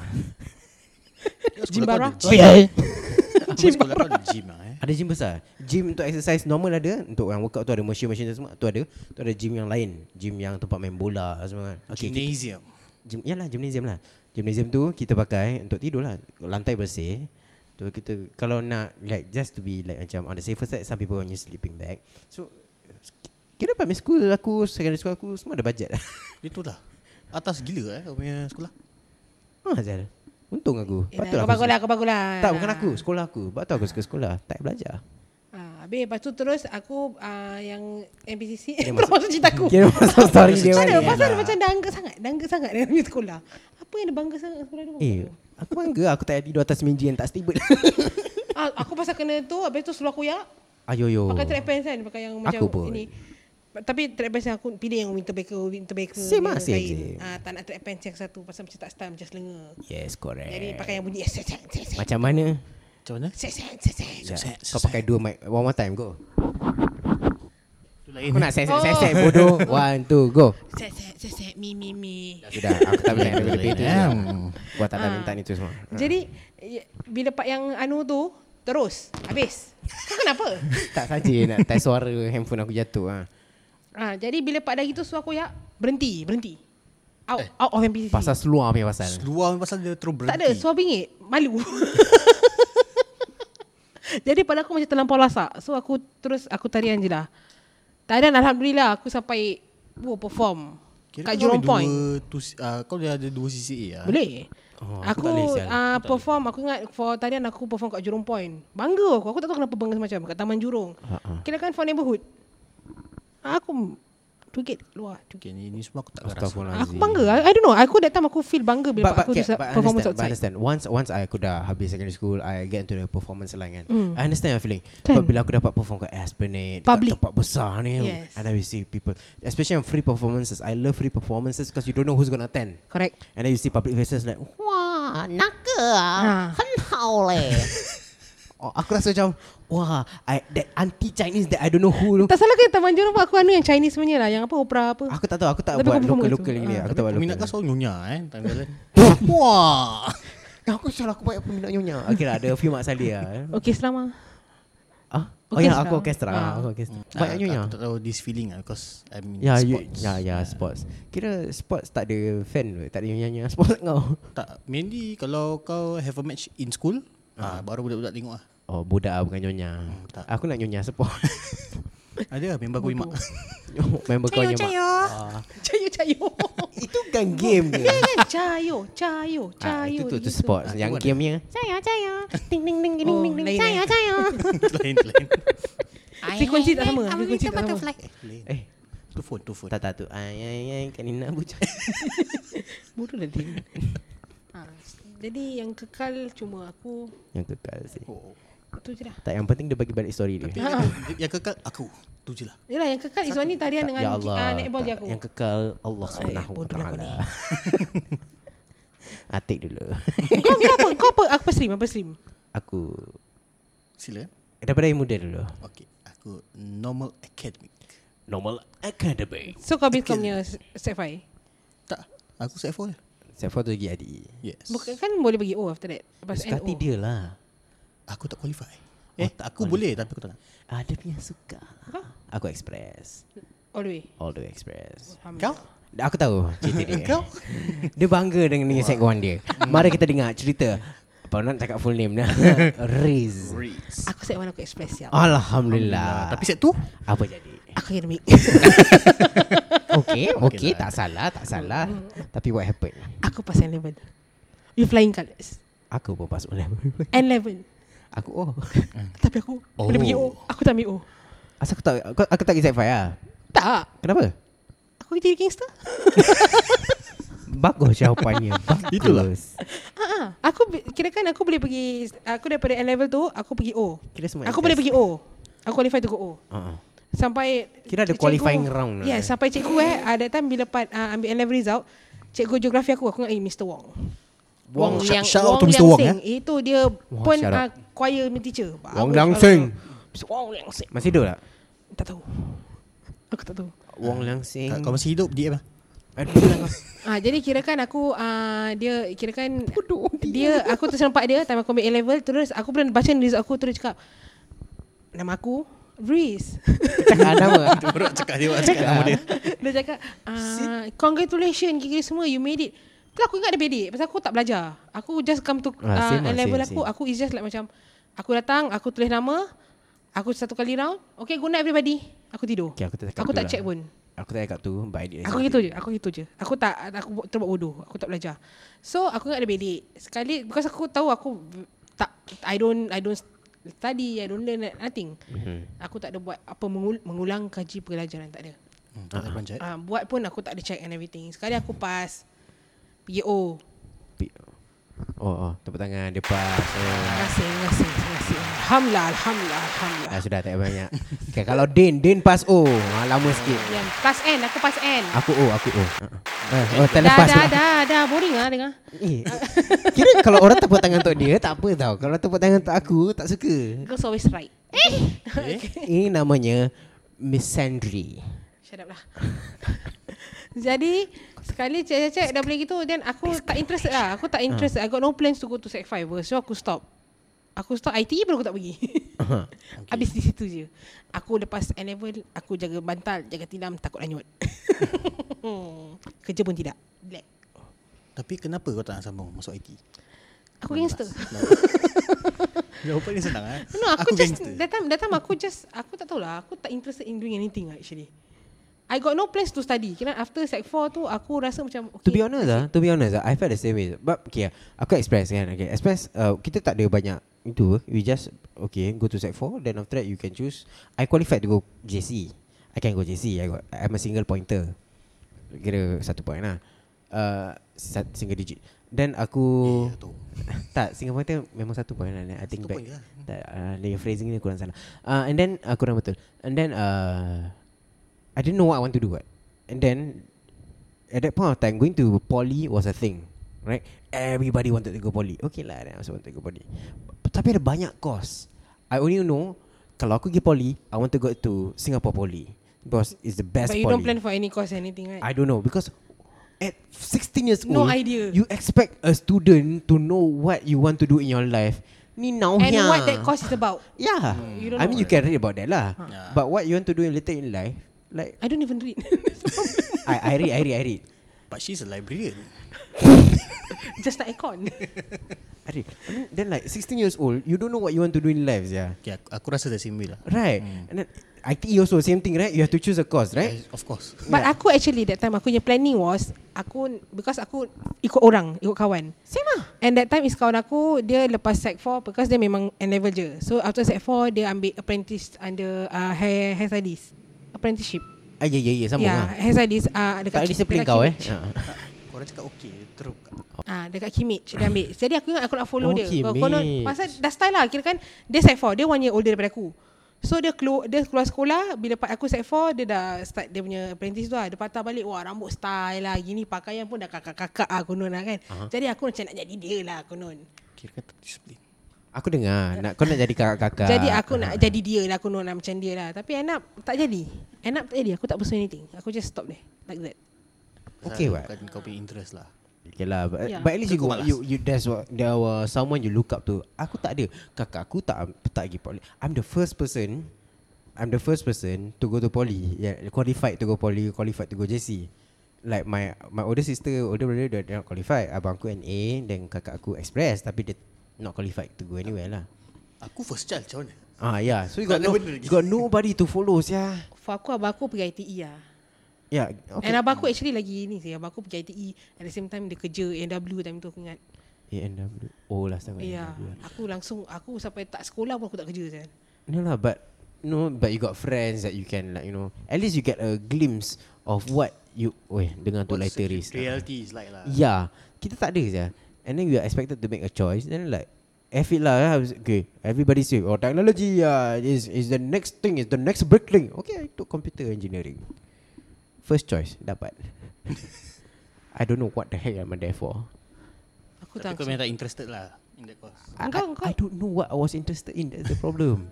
[SPEAKER 5] Sekolah kau ada
[SPEAKER 3] barang.
[SPEAKER 5] gym. Aku
[SPEAKER 3] Gym
[SPEAKER 5] Sekolah kau ada gym lah eh
[SPEAKER 4] Ada gym besar. Gym untuk exercise normal ada, untuk yang workout tu ada machine-machine tu semua tu ada. Tu ada gym yang lain, gym yang tempat main bola semua kan. Okay,
[SPEAKER 5] Gymnasium
[SPEAKER 4] Gym, yalah gymnasium lah. Gymnasium tu kita pakai untuk tidur lah. Lantai bersih. Tu kita kalau nak like just to be like macam on the safer side some people want use sleeping bag. So kira primary school aku, secondary school aku semua ada bajet lah.
[SPEAKER 5] Itulah Atas gila eh Kau punya sekolah
[SPEAKER 4] ha Azal. Untung aku.
[SPEAKER 3] Eh,
[SPEAKER 4] Patut
[SPEAKER 3] kau
[SPEAKER 4] aku.
[SPEAKER 3] baguslah,
[SPEAKER 4] suka-
[SPEAKER 3] kau baguslah.
[SPEAKER 4] Tak bukan
[SPEAKER 3] lah.
[SPEAKER 4] aku, sekolah aku. Patut aku suka sekolah, tak belajar.
[SPEAKER 3] Ah, habis lepas tu terus aku ah, yang MPCC
[SPEAKER 4] Kira
[SPEAKER 3] Terus
[SPEAKER 4] masuk-
[SPEAKER 3] masuk cerita aku.
[SPEAKER 4] Kira pasal story dia
[SPEAKER 3] Tak ada,
[SPEAKER 4] balik.
[SPEAKER 3] pasal dia macam dah angga sangat. Dah angga sangat dengan punya sekolah. Apa yang dia bangga sangat dengan sekolah dia?
[SPEAKER 4] Eh, aku bangga aku tak payah tidur atas meja yang tak stable.
[SPEAKER 3] Ah, aku pasal kena tu, habis tu seluar koyak.
[SPEAKER 4] Ayo yo.
[SPEAKER 3] Pakai track pants kan, pakai yang macam
[SPEAKER 4] Oh. Aku pun.
[SPEAKER 3] ini. Tapi track pants yang aku pilih yang winter baker, winter baker.
[SPEAKER 4] Same lah,
[SPEAKER 3] yang
[SPEAKER 4] same,
[SPEAKER 3] lain.
[SPEAKER 4] same.
[SPEAKER 3] Ah, tak nak track pants yang satu, pasal macam tak style, macam selenga.
[SPEAKER 4] Yes, correct.
[SPEAKER 3] Jadi pakai yang bunyi eh, set, set, set, set,
[SPEAKER 4] Eh. Macam Ya. mana?
[SPEAKER 5] Macam mana
[SPEAKER 3] set, set, set, set.
[SPEAKER 4] Sekejap.
[SPEAKER 5] Set,
[SPEAKER 4] Kau pakai dua mic One more time go
[SPEAKER 5] Tu lain
[SPEAKER 4] Kau nak
[SPEAKER 3] Oh.
[SPEAKER 4] seset-seset bodoh One two go
[SPEAKER 3] Set, set, set, set, mi, mi, mi.
[SPEAKER 4] Sudah aku tak minat Aku lebih tu
[SPEAKER 5] Eh,
[SPEAKER 4] semua. Gua tak ada
[SPEAKER 3] Ah.
[SPEAKER 4] minta ni tu semua
[SPEAKER 3] Jadi, i- bila pak yang anu tu, terus, habis. Kau kenapa?
[SPEAKER 4] Tak saja nak test suara Handphone aku jatuh ha.
[SPEAKER 3] Ha, jadi bila Pak Dagi tu suruh aku ya berhenti, berhenti. Out, eh. out of MPCC.
[SPEAKER 4] Pasal seluar punya pasal
[SPEAKER 5] Luar pasal dia terus
[SPEAKER 3] tak
[SPEAKER 5] berhenti
[SPEAKER 3] ada, suruh bingit. Malu. Jadi pada aku macam terlampau lasak. So aku terus aku tarian je lah. Tarian Alhamdulillah aku sampai oh, perform. kat
[SPEAKER 5] kau ada
[SPEAKER 3] Jurong Point.
[SPEAKER 5] Dua, tu, uh, kau dah ada dua CCA lah.
[SPEAKER 3] Boleh.
[SPEAKER 4] Oh,
[SPEAKER 3] Oh,
[SPEAKER 4] aku
[SPEAKER 3] aku
[SPEAKER 4] tak boleh,
[SPEAKER 3] aku
[SPEAKER 4] sial.
[SPEAKER 3] uh, perform aku ingat for tarian aku perform kat Jurong Point. Bangga aku. Aku tak tahu kenapa bangga macam kat Taman Jurong.
[SPEAKER 4] Ha-ha.
[SPEAKER 3] Uh-huh. Kira kan for neighborhood. Aku Tugit luar Tugit.
[SPEAKER 5] Okay, ni, ni semua aku tak akan rasa.
[SPEAKER 4] Astaghfirullahalazim.
[SPEAKER 3] Aku bangga I, I don't know Aku that time aku feel bangga
[SPEAKER 4] But,
[SPEAKER 3] Bila
[SPEAKER 4] but,
[SPEAKER 3] aku
[SPEAKER 4] okay,
[SPEAKER 3] do
[SPEAKER 4] but I understand,
[SPEAKER 3] performance
[SPEAKER 4] but I
[SPEAKER 3] outside
[SPEAKER 4] understand. Once once I aku dah habis secondary school, I get into the performance line kan.
[SPEAKER 3] Mm.
[SPEAKER 4] I understand your feeling.
[SPEAKER 3] Kan?
[SPEAKER 4] But bila aku dapat perform kat Esplanade, kat
[SPEAKER 3] Public.
[SPEAKER 4] tempat besar ni,
[SPEAKER 3] Yes.
[SPEAKER 4] and then we see people, especially on free performances. I love free performances because you don't know who's gonna attend.
[SPEAKER 3] Correct
[SPEAKER 4] And then you see public faces like, oh,
[SPEAKER 2] 哇，那个啊
[SPEAKER 3] 啊，
[SPEAKER 2] 很好嘞。
[SPEAKER 4] oh, aku rasa macam, wah, I, that anti Chinese that I don't know who.
[SPEAKER 3] Tak salah ke Taman Jurong pun Aku anu yang Chinese punya lah Yang apa opera apa
[SPEAKER 4] Aku tak tahu, aku tak
[SPEAKER 3] Tapi
[SPEAKER 4] buat
[SPEAKER 3] kau perform kat
[SPEAKER 4] local-local
[SPEAKER 3] situ.
[SPEAKER 4] yang ni.
[SPEAKER 3] Ah,
[SPEAKER 4] Aku tak buat
[SPEAKER 5] Peminat
[SPEAKER 4] local.
[SPEAKER 5] kau selalu nyonya eh. Time jalan. Wah.
[SPEAKER 4] Eh, Aku salah aku banyak peminat nyonya. Okay lah, ada a few mak salia.
[SPEAKER 3] Okay selama
[SPEAKER 4] Ah? Oh ya,
[SPEAKER 3] Orkestra.
[SPEAKER 4] aku orkestra.
[SPEAKER 3] Ah.
[SPEAKER 4] Aku orkestra.
[SPEAKER 5] Ah,
[SPEAKER 4] Banyak
[SPEAKER 5] aku-
[SPEAKER 4] nyonya.
[SPEAKER 5] Aku tak tahu this feeling lah because I'm in
[SPEAKER 4] Ya, you,
[SPEAKER 5] sports.
[SPEAKER 4] ya, ya, sports. Kira sports tak ada fan ke? Tak ada nyanyi sports kau.
[SPEAKER 5] Tak, mainly kalau kau have a match in school, ah baru budak-budak tengok ah.
[SPEAKER 4] Oh, budak lah, bukan nyonya.
[SPEAKER 5] tak.
[SPEAKER 4] Aku nak nyonya support.
[SPEAKER 5] Ada lah member aku imak.
[SPEAKER 4] Member kau nyonya.
[SPEAKER 3] Cayo cayo
[SPEAKER 4] Itu kan game ke?
[SPEAKER 3] Kan kan Cayo Cayo
[SPEAKER 4] Ah,
[SPEAKER 3] Cayo
[SPEAKER 4] itu tu, tu sports.
[SPEAKER 5] Ah,
[SPEAKER 4] Yang
[SPEAKER 5] tu ada.
[SPEAKER 4] gamenya.
[SPEAKER 2] 加油加油！叮叮叮叮叮叮
[SPEAKER 3] 哦
[SPEAKER 2] 叮！
[SPEAKER 3] 累
[SPEAKER 2] 加
[SPEAKER 3] 累
[SPEAKER 2] 油加油！
[SPEAKER 5] lain lain.
[SPEAKER 3] Frekuensi tak sama, frekuensi tak sama.
[SPEAKER 5] lain.
[SPEAKER 4] Eh,
[SPEAKER 5] Tu phone, tu phone.
[SPEAKER 4] tak tak tu. Ay, ay, ay, kanina kan bucah.
[SPEAKER 3] Bodoh nanti ha, Jadi yang kekal Cuma aku
[SPEAKER 4] yang kekal sih.
[SPEAKER 5] Oh, oh.
[SPEAKER 3] Itu je lah
[SPEAKER 4] Tak, yang penting dia bagi balik story dia.
[SPEAKER 5] Tapi yang- yang kekal aku. Tu je lah.
[SPEAKER 3] Yelah yang kekal Izwan ni tarian
[SPEAKER 4] Tak,
[SPEAKER 3] dengan
[SPEAKER 4] ya
[SPEAKER 3] Allah,
[SPEAKER 4] Allah,
[SPEAKER 3] uh, netball je
[SPEAKER 4] tak,
[SPEAKER 3] aku
[SPEAKER 4] Yang kekal Allah Subhanahu Wa
[SPEAKER 3] bodoh lah kau
[SPEAKER 4] Taala. Atik dulu.
[SPEAKER 3] Kau kau apa Kau apa Apa stream Apa stream
[SPEAKER 4] aku
[SPEAKER 5] Sila. eh?
[SPEAKER 4] daripada yang muda dulu.
[SPEAKER 5] Okey, aku normal academic.
[SPEAKER 4] Normal academic.
[SPEAKER 3] So kau habis kau punya Set 5
[SPEAKER 5] Tak, aku set 4 lah.
[SPEAKER 4] Step 4 tu pergi IDE.
[SPEAKER 5] Yes.
[SPEAKER 3] Bukan kan boleh bagi O after that Lepas
[SPEAKER 4] Sukati
[SPEAKER 3] NO
[SPEAKER 4] dia lah.
[SPEAKER 5] Aku tak qualify. Eh, aku boleh tapi aku tak nak.
[SPEAKER 4] Ah, dia punya suka. lah. Aku express.
[SPEAKER 3] All the way
[SPEAKER 4] All the way express.
[SPEAKER 5] Kau? Eh,
[SPEAKER 4] Dah Aku tahu cerita dia.
[SPEAKER 5] Kau?
[SPEAKER 4] Dia bangga dengan dengan segmen dia. Mari kita dengar cerita. Apa nak cakap full name dah. Riz.
[SPEAKER 5] Reese.
[SPEAKER 3] Aku set 1 aku express ya
[SPEAKER 4] Alhamdulillah.
[SPEAKER 5] Ah, Tapi set tu
[SPEAKER 4] apa jadi?
[SPEAKER 3] Aku yang make
[SPEAKER 4] Okay, okay, tak
[SPEAKER 5] lah.
[SPEAKER 4] salah, tak salah. Tapi what happened?
[SPEAKER 3] Aku pass N-level You flying colours
[SPEAKER 4] Aku pun pas ulang.
[SPEAKER 3] N-level
[SPEAKER 4] aku oh.
[SPEAKER 5] Hmm.
[SPEAKER 3] Tapi aku oh. Boleh pergi O Aku tak ambil O
[SPEAKER 4] Asal aku tak aku, aku tak kisah lah.
[SPEAKER 3] Tak
[SPEAKER 4] Kenapa?
[SPEAKER 3] Aku jadi gangster
[SPEAKER 4] Bagus jawapannya. Bagus.
[SPEAKER 5] Itulah.
[SPEAKER 3] Ha Aku be- kira kan aku boleh pergi Aku daripada N-level tu Aku pergi O
[SPEAKER 4] Kira semua
[SPEAKER 3] Aku
[SPEAKER 4] test.
[SPEAKER 3] boleh pergi O Aku qualify to go O
[SPEAKER 4] Uh-uh.
[SPEAKER 3] Sampai
[SPEAKER 4] Kira ada
[SPEAKER 3] cikgu-
[SPEAKER 4] qualifying round lah, eh.
[SPEAKER 3] Yes sampai cikgu eh uh, That time bila part, uh, ambil N-level result Cikgu geografi aku Aku ingat eh Mr. Wong
[SPEAKER 5] Wong, shout-
[SPEAKER 3] Liang-
[SPEAKER 5] shout out to
[SPEAKER 3] Wong
[SPEAKER 5] Mr. Wong,
[SPEAKER 3] Liang Seng. Itu dia pun
[SPEAKER 4] eh. shout
[SPEAKER 3] uh,
[SPEAKER 4] out.
[SPEAKER 3] choir punya teacher Bagus
[SPEAKER 4] Wong Liang
[SPEAKER 3] lah
[SPEAKER 4] Seng.
[SPEAKER 3] tu. Mr. Wong Liang Seng
[SPEAKER 4] Masih hidup tak?
[SPEAKER 5] Ah.
[SPEAKER 3] Tak tahu Aku tak tahu
[SPEAKER 4] Wong Liang Sing.
[SPEAKER 5] Kau masih hidup DM lah
[SPEAKER 4] Aduh.
[SPEAKER 3] Ah jadi kirakan aku ah dia kirakan dia aku terus nampak dia time aku ambil A level terus aku pernah baca result aku terus cakap nama aku Breeze.
[SPEAKER 4] Cakap nama.
[SPEAKER 5] Orang cakap dia Orang cakap
[SPEAKER 4] Oh,
[SPEAKER 5] nama dia
[SPEAKER 3] dia cakap ah congratulations gigi semua you made it. Terus aku ingat dia bedek pasal aku tak belajar. Aku just come to
[SPEAKER 4] Ah,
[SPEAKER 3] ah,
[SPEAKER 4] same lah,
[SPEAKER 3] A level
[SPEAKER 4] same,
[SPEAKER 3] aku
[SPEAKER 4] same.
[SPEAKER 3] aku is just like macam aku datang aku tulis nama aku satu kali round okay good night everybody aku tidur.
[SPEAKER 4] Okay, aku tak cakap
[SPEAKER 3] aku
[SPEAKER 4] tu
[SPEAKER 3] tak
[SPEAKER 4] lah.
[SPEAKER 3] check pun.
[SPEAKER 4] Aku tak cakap tu Baik dia
[SPEAKER 3] Aku gitu je, aku gitu je. Aku tak aku bu- terbuat bodoh, aku tak belajar. So aku ingat ada bedek. Sekali because aku tahu aku v- tak I don't I don't study, I don't learn nothing. Mm-hmm. Aku tak ada buat apa mengul- mengulang kaji pelajaran tak ada.
[SPEAKER 5] Hmm, Tak ada
[SPEAKER 4] Eh.
[SPEAKER 5] panjat
[SPEAKER 3] Uh, buat pun aku tak ada check and everything. Sekali aku E pass PO.
[SPEAKER 4] Pi- Oh, oh tepuk tangan Dia pas Oh,
[SPEAKER 3] Terima kasih, terima kasih, terima kasih. Alhamdulillah, alhamdulillah, alhamdulillah.
[SPEAKER 4] ah, Sudah tak payah banyak okay, Kalau Din Din pas O ah, Lama sikit
[SPEAKER 3] Yang pass N, aku pass N.
[SPEAKER 4] Aku O Aku O Ah, ah. Oh tak
[SPEAKER 3] Dah,
[SPEAKER 4] lepas
[SPEAKER 3] dah, dah, dah, boring lah dengar.
[SPEAKER 4] Eh, Kira kalau orang tepuk tangan untuk dia Tak apa tau Kalau tepuk tangan untuk aku Tak suka
[SPEAKER 3] Girls always right.
[SPEAKER 5] Eh,
[SPEAKER 4] Ini namanya Miss Sandri
[SPEAKER 3] Shut up lah Jadi Sekali cek-cek Dah boleh gitu Then aku tak interested lah Aku tak interested I got no plans to go to sec 5 So aku stop Aku stop ITE pun aku tak pergi okay. Habis di situ je Aku lepas N level Aku jaga bantal Jaga tilam Takut lanyut Kerja pun tidak Black
[SPEAKER 5] Tapi kenapa kau tak nak sambung Masuk IT
[SPEAKER 3] Aku gangster
[SPEAKER 5] Jawapan dia senang eh.
[SPEAKER 3] No, aku, just
[SPEAKER 5] gangster.
[SPEAKER 3] that time, that time aku just aku tak tahu lah. Aku tak interested in doing anything lah, actually. I got no plans to study. Kira after sec 4 tu aku rasa macam okay.
[SPEAKER 4] To be honest ah, to be honest ah, I felt the same way. But okay, ah, aku express kan. Okay, express uh, kita tak ada banyak itu. ah. We just okay go to sec 4 then after that you can choose. I qualified to go JC. I can go JC. I got I'm a single pointer. Kira satu point lah. Uh, sat- single digit. Then aku
[SPEAKER 5] Eh, satu.
[SPEAKER 4] tak single pointer memang satu point lah. I think
[SPEAKER 5] Satu
[SPEAKER 4] back.
[SPEAKER 5] point lah.
[SPEAKER 4] Tak, uh, dia phrasing dia kurang salah. Uh, and then uh, kurang betul. And then uh, I didn't know what I want to do. What? And then at that point of time, going to poly was a thing, right? Everybody wanted to go poly. Okay lah, then I also wanted to go poly. But, tapi ada banyak course. I only know kalau aku pergi poly, I want to go to Singapore Poly because it's the best.
[SPEAKER 3] But you
[SPEAKER 4] poly.
[SPEAKER 3] don't plan for any course anything right?
[SPEAKER 4] I don't know because at 16 years old,
[SPEAKER 3] No idea.
[SPEAKER 4] You expect a student to know what you want to do in your life. Ni now
[SPEAKER 3] And
[SPEAKER 4] here.
[SPEAKER 3] what that course is about.
[SPEAKER 4] Yeah.
[SPEAKER 3] You don't
[SPEAKER 4] I
[SPEAKER 3] know.
[SPEAKER 4] mean, you can read about that lah. But what you want to do later in life, like
[SPEAKER 3] I don't even read.
[SPEAKER 4] I, I read, I read, I read.
[SPEAKER 5] But she's a librarian.
[SPEAKER 3] just like icon.
[SPEAKER 4] I read. I mean, then like 16 years old, you don't know what you want to do in life, yeah.
[SPEAKER 5] Okay, aku, aku rasa the same way lah.
[SPEAKER 4] Right. And then IT also same thing, right? You have to choose a course, right?
[SPEAKER 5] I- Eh, Of course.
[SPEAKER 3] But aku actually that time aku punya planning was aku because aku ikut orang, ikut kawan.
[SPEAKER 2] Same lah.
[SPEAKER 3] And that time is kawan aku Dia lepas sec 4 Because dia memang N level je So after sec 4 Dia ambil apprentice Under uh, hair, hair studies Apprenticeship
[SPEAKER 4] Ah, ya, ya, ya, sama
[SPEAKER 3] yeah,
[SPEAKER 4] lah.
[SPEAKER 3] Hair studies uh, dekat
[SPEAKER 4] Tak ada
[SPEAKER 3] Ki-
[SPEAKER 4] disiplin
[SPEAKER 3] dekat
[SPEAKER 4] kau eh.
[SPEAKER 3] Kimage.
[SPEAKER 4] Ah.
[SPEAKER 5] Korang cakap okay, teruk.
[SPEAKER 3] Ah, dekat Kimage dia ambil. Jadi aku ingat aku nak follow
[SPEAKER 4] Oh,
[SPEAKER 3] dia. Kau- Konon
[SPEAKER 4] Kimage.
[SPEAKER 3] pasal dah style lah kira kan dia sec 4, dia one year older daripada aku. So dia keluar dia keluar sekolah bila part aku sec 4 dia dah start dia punya apprentice tu lah. Dia patah balik wah rambut style lah gini pakaian pun dah kakak-kakak ah konon lah kan. Uh-huh. Jadi aku macam nak jadi dia lah konon.
[SPEAKER 5] Kira kata disiplin.
[SPEAKER 4] Aku dengar, nak, kau nak jadi kakak-kakak.
[SPEAKER 3] Jadi aku nak jadi dia lah konon lah macam dia lah. Tapi end up tak jadi. End up tak jadi aku tak pursue anything. Aku just stop there like that.
[SPEAKER 4] Okay, what?
[SPEAKER 5] Bukan kau punya interest lah.
[SPEAKER 4] Okay lah But, yeah.
[SPEAKER 3] Yeah.
[SPEAKER 4] but at least you,
[SPEAKER 5] Aku
[SPEAKER 4] go,
[SPEAKER 5] malas.
[SPEAKER 4] you, you There's what, there was someone you look up to Aku tak ada Kakak aku tak Tak pergi poly I'm the first person I'm the first person To go to poly yeah, Qualified to go poly Qualified to go JC Like my My older sister Older brother They're, they're not qualified Abang aku NA Then kakak aku express Tapi dia Not qualified to go anywhere lah
[SPEAKER 5] Aku first child macam mana?
[SPEAKER 4] Ah yeah So you got,
[SPEAKER 5] Tak ada
[SPEAKER 4] no,
[SPEAKER 5] benda lagi.
[SPEAKER 4] you got nobody to follow yeah.
[SPEAKER 3] For aku abang aku pergi ITE lah.
[SPEAKER 4] Yeah
[SPEAKER 3] Okay.
[SPEAKER 4] okay.
[SPEAKER 3] And abang aku actually lagi ni sih. Abang aku pergi ITE At the same time dia kerja AW time tu aku ingat
[SPEAKER 4] ANW Oh last time
[SPEAKER 3] Ya yeah.
[SPEAKER 4] ANW.
[SPEAKER 3] Aku langsung Aku sampai tak sekolah pun aku tak kerja kan
[SPEAKER 4] No lah, but no, but you got friends that you can like you know. At least you get a glimpse of what you. Wait, dengar tu
[SPEAKER 5] What's the
[SPEAKER 4] lighter race.
[SPEAKER 5] Reality is like lah.
[SPEAKER 3] Ya,
[SPEAKER 4] Yeah, kita tak ada saja. And then we are expected to make a choice. Then like, F it lah. I was- Okay, everybody say, oh technology uh, is is the next thing, is the next big thing. Okay, I took computer engineering. First choice dapat. I don't know what the heck am I there for.
[SPEAKER 3] Aku tak
[SPEAKER 5] Tapi kau memang tak interested lah in that course.
[SPEAKER 4] I,
[SPEAKER 3] Engkau-
[SPEAKER 4] I,
[SPEAKER 3] engkau-
[SPEAKER 4] I don't know what I was interested in. That's the problem.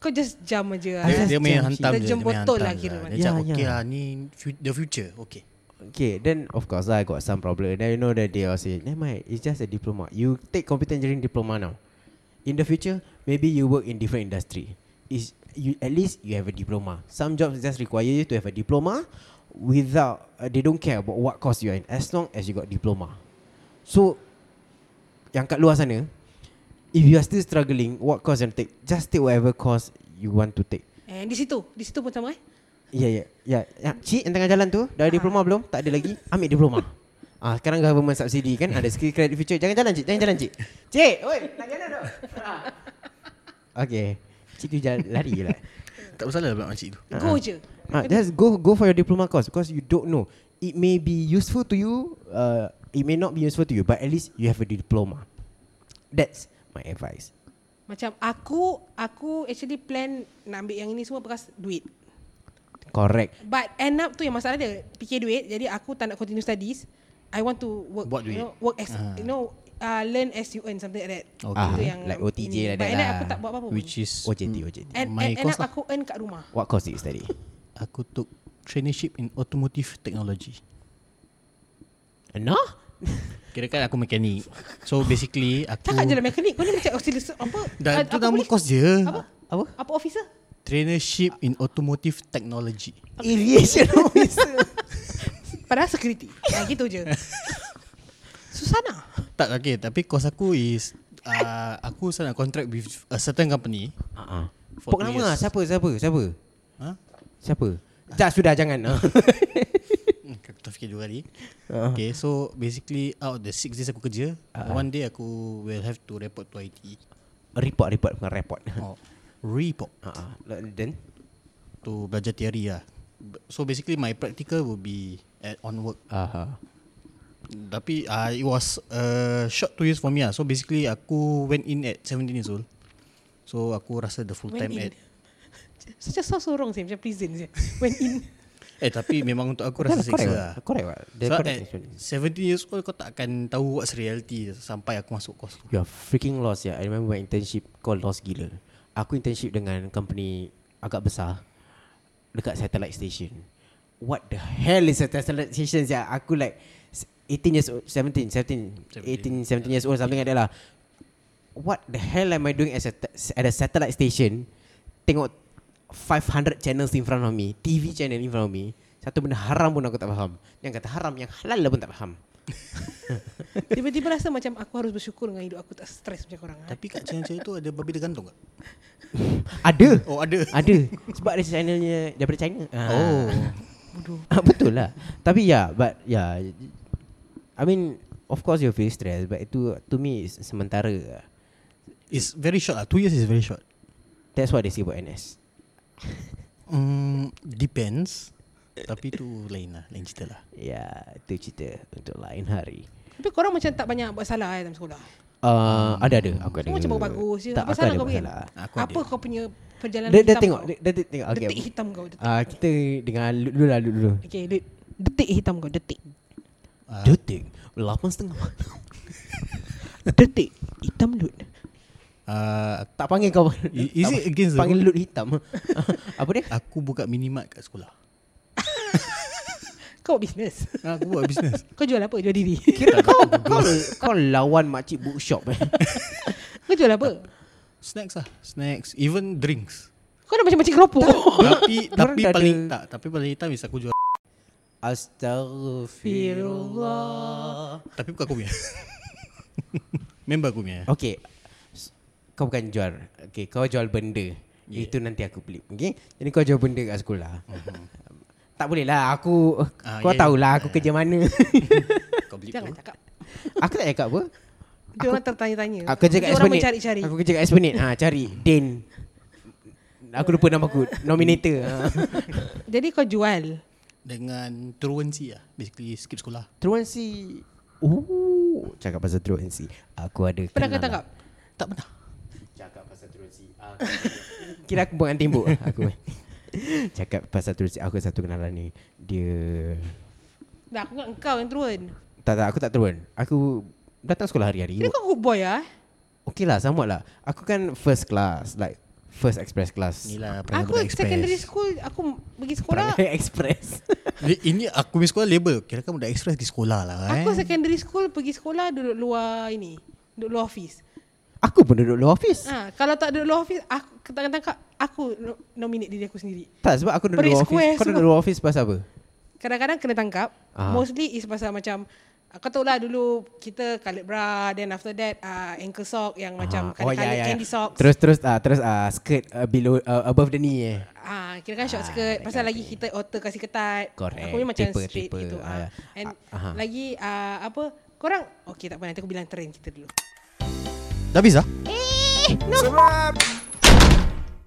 [SPEAKER 3] Kau just jam aja
[SPEAKER 4] I
[SPEAKER 5] Dia,
[SPEAKER 4] just
[SPEAKER 5] Eh, dia main
[SPEAKER 4] jam
[SPEAKER 3] shit.
[SPEAKER 5] hantam je. Dia main
[SPEAKER 3] Terjemput
[SPEAKER 5] hantam
[SPEAKER 3] lah
[SPEAKER 5] lah
[SPEAKER 3] kira
[SPEAKER 5] kira.
[SPEAKER 3] mana.
[SPEAKER 5] Dia
[SPEAKER 4] Yeah,
[SPEAKER 5] cakap okay
[SPEAKER 4] yeah.
[SPEAKER 5] lah ni fu- the future. Okay.
[SPEAKER 4] Okay, then of course lah, I got some problem. Then you know that they all say, never mind, it's just a diploma. You take computer engineering diploma now. In the future, maybe you work in different industry. Is you at least you have a diploma. Some jobs just require you to have a diploma without uh, they don't care about what course you are in as long as you got diploma. So yang kat luar sana, if you are still struggling, what course you want to take? Just take whatever course you want to take.
[SPEAKER 3] And di situ Di situ pun sama eh
[SPEAKER 4] Ya ya ya. ya. Cik yang tengah jalan tu dah ada diploma belum? Tak ada lagi. Ambil diploma. Ah, sekarang government subsidi kan ada skill credit feature. Jangan jalan cik, jangan jalan cik. Cik, oi, nak jalan tu. Okay. Cik tu jalan lari lah.
[SPEAKER 5] Tak masalah lah makcik tu.
[SPEAKER 3] Go je
[SPEAKER 4] Ah, just go go for your diploma course because you don't know. It may be useful to you, uh, it may not be useful to you, but at least you have a diploma. That's my advice.
[SPEAKER 3] Macam aku Aku actually plan Nak ambil yang ini semua Because duit
[SPEAKER 4] Correct.
[SPEAKER 3] But end up tu yang masalah dia Fikir duit Jadi aku tak nak continue studies I want to work
[SPEAKER 5] Buat duit.
[SPEAKER 3] you know, Work as You know uh, Learn as you earn Something like that
[SPEAKER 5] Okay.
[SPEAKER 4] Ah,
[SPEAKER 3] Itu yang
[SPEAKER 4] like OTJ
[SPEAKER 3] ini.
[SPEAKER 4] like
[SPEAKER 3] But
[SPEAKER 4] that
[SPEAKER 3] end up
[SPEAKER 4] lah.
[SPEAKER 3] aku tak buat apa-apa pun.
[SPEAKER 5] Which is
[SPEAKER 4] OJT OJT.
[SPEAKER 3] And,
[SPEAKER 5] my
[SPEAKER 3] and end
[SPEAKER 5] course
[SPEAKER 3] up
[SPEAKER 5] lah.
[SPEAKER 3] aku earn kat rumah
[SPEAKER 4] What course did you study?
[SPEAKER 5] Aku took traineeship in automotive technology.
[SPEAKER 4] No?
[SPEAKER 5] Kira kan aku mekanik. So basically aku
[SPEAKER 4] Oh.
[SPEAKER 3] Cakap je lah mekanik Kau ni macam auxiliary apa
[SPEAKER 5] Dah
[SPEAKER 3] ad-
[SPEAKER 5] tu
[SPEAKER 3] apa
[SPEAKER 5] nama
[SPEAKER 3] boleh-
[SPEAKER 5] kos je.
[SPEAKER 3] Apa?
[SPEAKER 4] Apa?
[SPEAKER 3] Apa officer?
[SPEAKER 5] Traineeship in automotive technology.
[SPEAKER 4] Aviation officer.
[SPEAKER 3] Padahal security. Ha, gitu je. Susana.
[SPEAKER 5] Tak okay, tapi kos aku is uh, aku sign a contract with a certain company.
[SPEAKER 4] Ha ah.
[SPEAKER 5] For
[SPEAKER 4] Pok
[SPEAKER 5] two
[SPEAKER 4] nama ah.
[SPEAKER 5] years.
[SPEAKER 4] siapa siapa siapa?
[SPEAKER 5] Ha?
[SPEAKER 4] Siapa? Tak sudah jangan. Ah.
[SPEAKER 5] Hmm, Aku terfikir dua kali. Okay, so basically out of the six days aku kerja,
[SPEAKER 4] Ah.
[SPEAKER 5] one day aku will have to report to IT.
[SPEAKER 4] report report bukan report.
[SPEAKER 5] Or report
[SPEAKER 4] Ha ah. Then
[SPEAKER 5] to belajar teori lah. B- So basically my practical will be at on work.
[SPEAKER 4] aha.
[SPEAKER 5] Tapi uh, it was a short two years for me lah. So basically aku went in at 17 years old. So aku rasa the full
[SPEAKER 3] Went
[SPEAKER 5] time
[SPEAKER 3] in.
[SPEAKER 5] at
[SPEAKER 3] Saya so, so wrong sih Macam prison sih When in
[SPEAKER 5] Eh tapi memang untuk aku rasa seksa lah.
[SPEAKER 4] Correct what? Dia
[SPEAKER 5] So eh,
[SPEAKER 4] correct
[SPEAKER 5] at
[SPEAKER 4] actually.
[SPEAKER 5] 17 years old kau tak akan tahu what's reality sampai aku masuk kos tu.
[SPEAKER 4] You are freaking lost ya. I remember my internship kau lost gila. Aku internship dengan company agak besar dekat satellite station. What the hell is a satellite station ya? Aku like s- 18 years old, 17, 17, 18, 17 years old something like that lah. What the hell am I doing as a at a satellite station? Tengok 500 channels in front of me, TV channel in front of me. Satu benda haram pun aku tak faham. Yang kata haram, yang halal lah pun tak faham.
[SPEAKER 3] Tiba-tiba rasa macam Aku harus bersyukur Dengan hidup aku tak stres Macam korang ha?
[SPEAKER 5] Tapi kat channel-channel tu ada babi tergantung tak?
[SPEAKER 4] Ada.
[SPEAKER 5] Oh ada.
[SPEAKER 4] Ada Sebab ada channelnya Daripada China Ah.
[SPEAKER 5] Oh.
[SPEAKER 4] Ah, Betul lah Tapi ya yeah, But ya yeah, I mean Of course you feel stress But itu To me is Sementara lah.
[SPEAKER 5] It's very short lah. Two years is very short.
[SPEAKER 4] That's what they say about NS
[SPEAKER 5] Mm, depends. Tapi tu lain lah. Lain cerita lah.
[SPEAKER 4] Ya yeah, Itu cerita Untuk lain hari
[SPEAKER 3] Tapi korang macam tak banyak Buat salah eh, dalam sekolah
[SPEAKER 4] uh, Ada-ada Aku ada
[SPEAKER 3] Semua macam bagus-bagus je
[SPEAKER 4] Tak
[SPEAKER 3] Apa
[SPEAKER 4] aku
[SPEAKER 3] salah
[SPEAKER 4] ada
[SPEAKER 3] kau buat
[SPEAKER 4] masalah
[SPEAKER 5] Aku
[SPEAKER 3] Apa
[SPEAKER 5] ada.
[SPEAKER 3] kau punya Perjalanan
[SPEAKER 4] Dia, dia
[SPEAKER 3] hitam
[SPEAKER 4] tengok
[SPEAKER 3] kau?
[SPEAKER 4] Dia, dia, dia tengok okay.
[SPEAKER 3] Detik hitam kau detik.
[SPEAKER 4] Ah, Kita dengan Lu, lu lah Lu, lu.
[SPEAKER 3] Okay dude. Detik hitam kau Detik
[SPEAKER 5] Ah.
[SPEAKER 4] Detik Lapan setengah
[SPEAKER 3] Detik Hitam lut
[SPEAKER 5] Uh,
[SPEAKER 4] Tak panggil kau
[SPEAKER 5] I- is it against the
[SPEAKER 4] Panggil
[SPEAKER 5] rule?
[SPEAKER 4] lut hitam Apa dia?
[SPEAKER 5] aku buka minimart kat sekolah.
[SPEAKER 3] Kau buat bisnes
[SPEAKER 5] Ah, Aku buat bisnes.
[SPEAKER 3] Kau jual apa Jual diri
[SPEAKER 4] Kira kau kau kau lawan makcik bookshop eh.
[SPEAKER 3] Kau jual apa
[SPEAKER 5] Snacks lah. Snacks. Even drinks.
[SPEAKER 3] Kau dah macam macam keropok
[SPEAKER 5] tapi tapi
[SPEAKER 4] dah ada-
[SPEAKER 5] paling tak. Tapi paling hitam is aku jual.
[SPEAKER 4] Astaghfirullah.
[SPEAKER 5] Tapi bukan aku punya. Member aku punya.
[SPEAKER 4] Okay. S- Kau bukan jual. Okay, kau jual benda. Yeah. Itu nanti aku beli. Okay? Jadi kau jual benda kat sekolah.
[SPEAKER 3] Mm-hmm.
[SPEAKER 4] tak boleh lah aku
[SPEAKER 5] Ah,
[SPEAKER 4] kau
[SPEAKER 5] ya, ya.
[SPEAKER 4] tahulah aku kerja mana.
[SPEAKER 5] Kau beli
[SPEAKER 3] Jangan
[SPEAKER 5] apa?
[SPEAKER 3] cakap
[SPEAKER 4] aku tak cakap apa.
[SPEAKER 3] Dia orang tertanya-tanya
[SPEAKER 4] Aku kerja kat
[SPEAKER 3] Dia orang
[SPEAKER 4] Esplanade.
[SPEAKER 3] mencari-cari
[SPEAKER 4] Aku kerja kat Esplanade. ha, cari Din. Aku lupa nama aku. Nominator. ha.
[SPEAKER 3] Jadi kau jual
[SPEAKER 5] Dengan truancy lah. Basically skip sekolah.
[SPEAKER 4] Truancy. Oh, cakap pasal truancy. Aku ada
[SPEAKER 3] Pernah kau
[SPEAKER 4] kenalan.
[SPEAKER 3] tangkap
[SPEAKER 5] Tak pernah.
[SPEAKER 4] Cakap pasal truancy aku, Kira aku bukan tembok lah, Aku Cakap pasal truancy Aku ada satu kenalan ni Dia
[SPEAKER 3] Dah aku ingat engkau yang turun
[SPEAKER 4] Tak tak aku tak truan Aku Datang sekolah hari-hari
[SPEAKER 3] Kira kau good boy lah eh?
[SPEAKER 4] Okay lah sama lah Aku kan first class Like First express class
[SPEAKER 5] Inilah perangai
[SPEAKER 3] Aku
[SPEAKER 5] budak
[SPEAKER 3] secondary
[SPEAKER 5] express.
[SPEAKER 3] school Aku pergi sekolah
[SPEAKER 4] Perangai express
[SPEAKER 5] Ni- Ini aku punya sekolah label. Kira kan budak express di sekolah lah. Eh.
[SPEAKER 3] Aku secondary school pergi sekolah duduk luar ini, duduk luar office.
[SPEAKER 4] Aku pun duduk luar office
[SPEAKER 3] Ha, kalau tak duduk luar office, aku kadang-kadang kak- aku no- nominate diri aku sendiri.
[SPEAKER 4] Tak sebab aku duduk
[SPEAKER 3] Parade
[SPEAKER 4] luar
[SPEAKER 3] square
[SPEAKER 4] office Kau duduk
[SPEAKER 3] semua.
[SPEAKER 4] luar office pasal apa?
[SPEAKER 3] Kadang-kadang kena tangkap.
[SPEAKER 4] Ah.
[SPEAKER 3] Mostly is pasal macam kau tahu lah dulu kita colored bra then after that uh, ankle sock yang macam
[SPEAKER 4] Aha. Oh,
[SPEAKER 3] colored
[SPEAKER 4] ya, ya, ya.
[SPEAKER 3] candy socks.
[SPEAKER 4] Terus terus ah terus ah skirt ah, below ah, above the knee eh.
[SPEAKER 3] Ah, kira kan short skirt pasal lagi kita otter kasi ketat.
[SPEAKER 4] Correct.
[SPEAKER 3] Aku ni macam
[SPEAKER 4] Taper,
[SPEAKER 3] straight
[SPEAKER 4] taper.
[SPEAKER 3] gitu.
[SPEAKER 4] Ah,
[SPEAKER 3] Ah.
[SPEAKER 4] ya.
[SPEAKER 3] And
[SPEAKER 4] Ah, aha.
[SPEAKER 3] lagi ah, apa korang okey tak apa nanti aku bilang trend kita dulu.
[SPEAKER 5] Dah habis lah?
[SPEAKER 2] Eh, no.
[SPEAKER 6] Sebab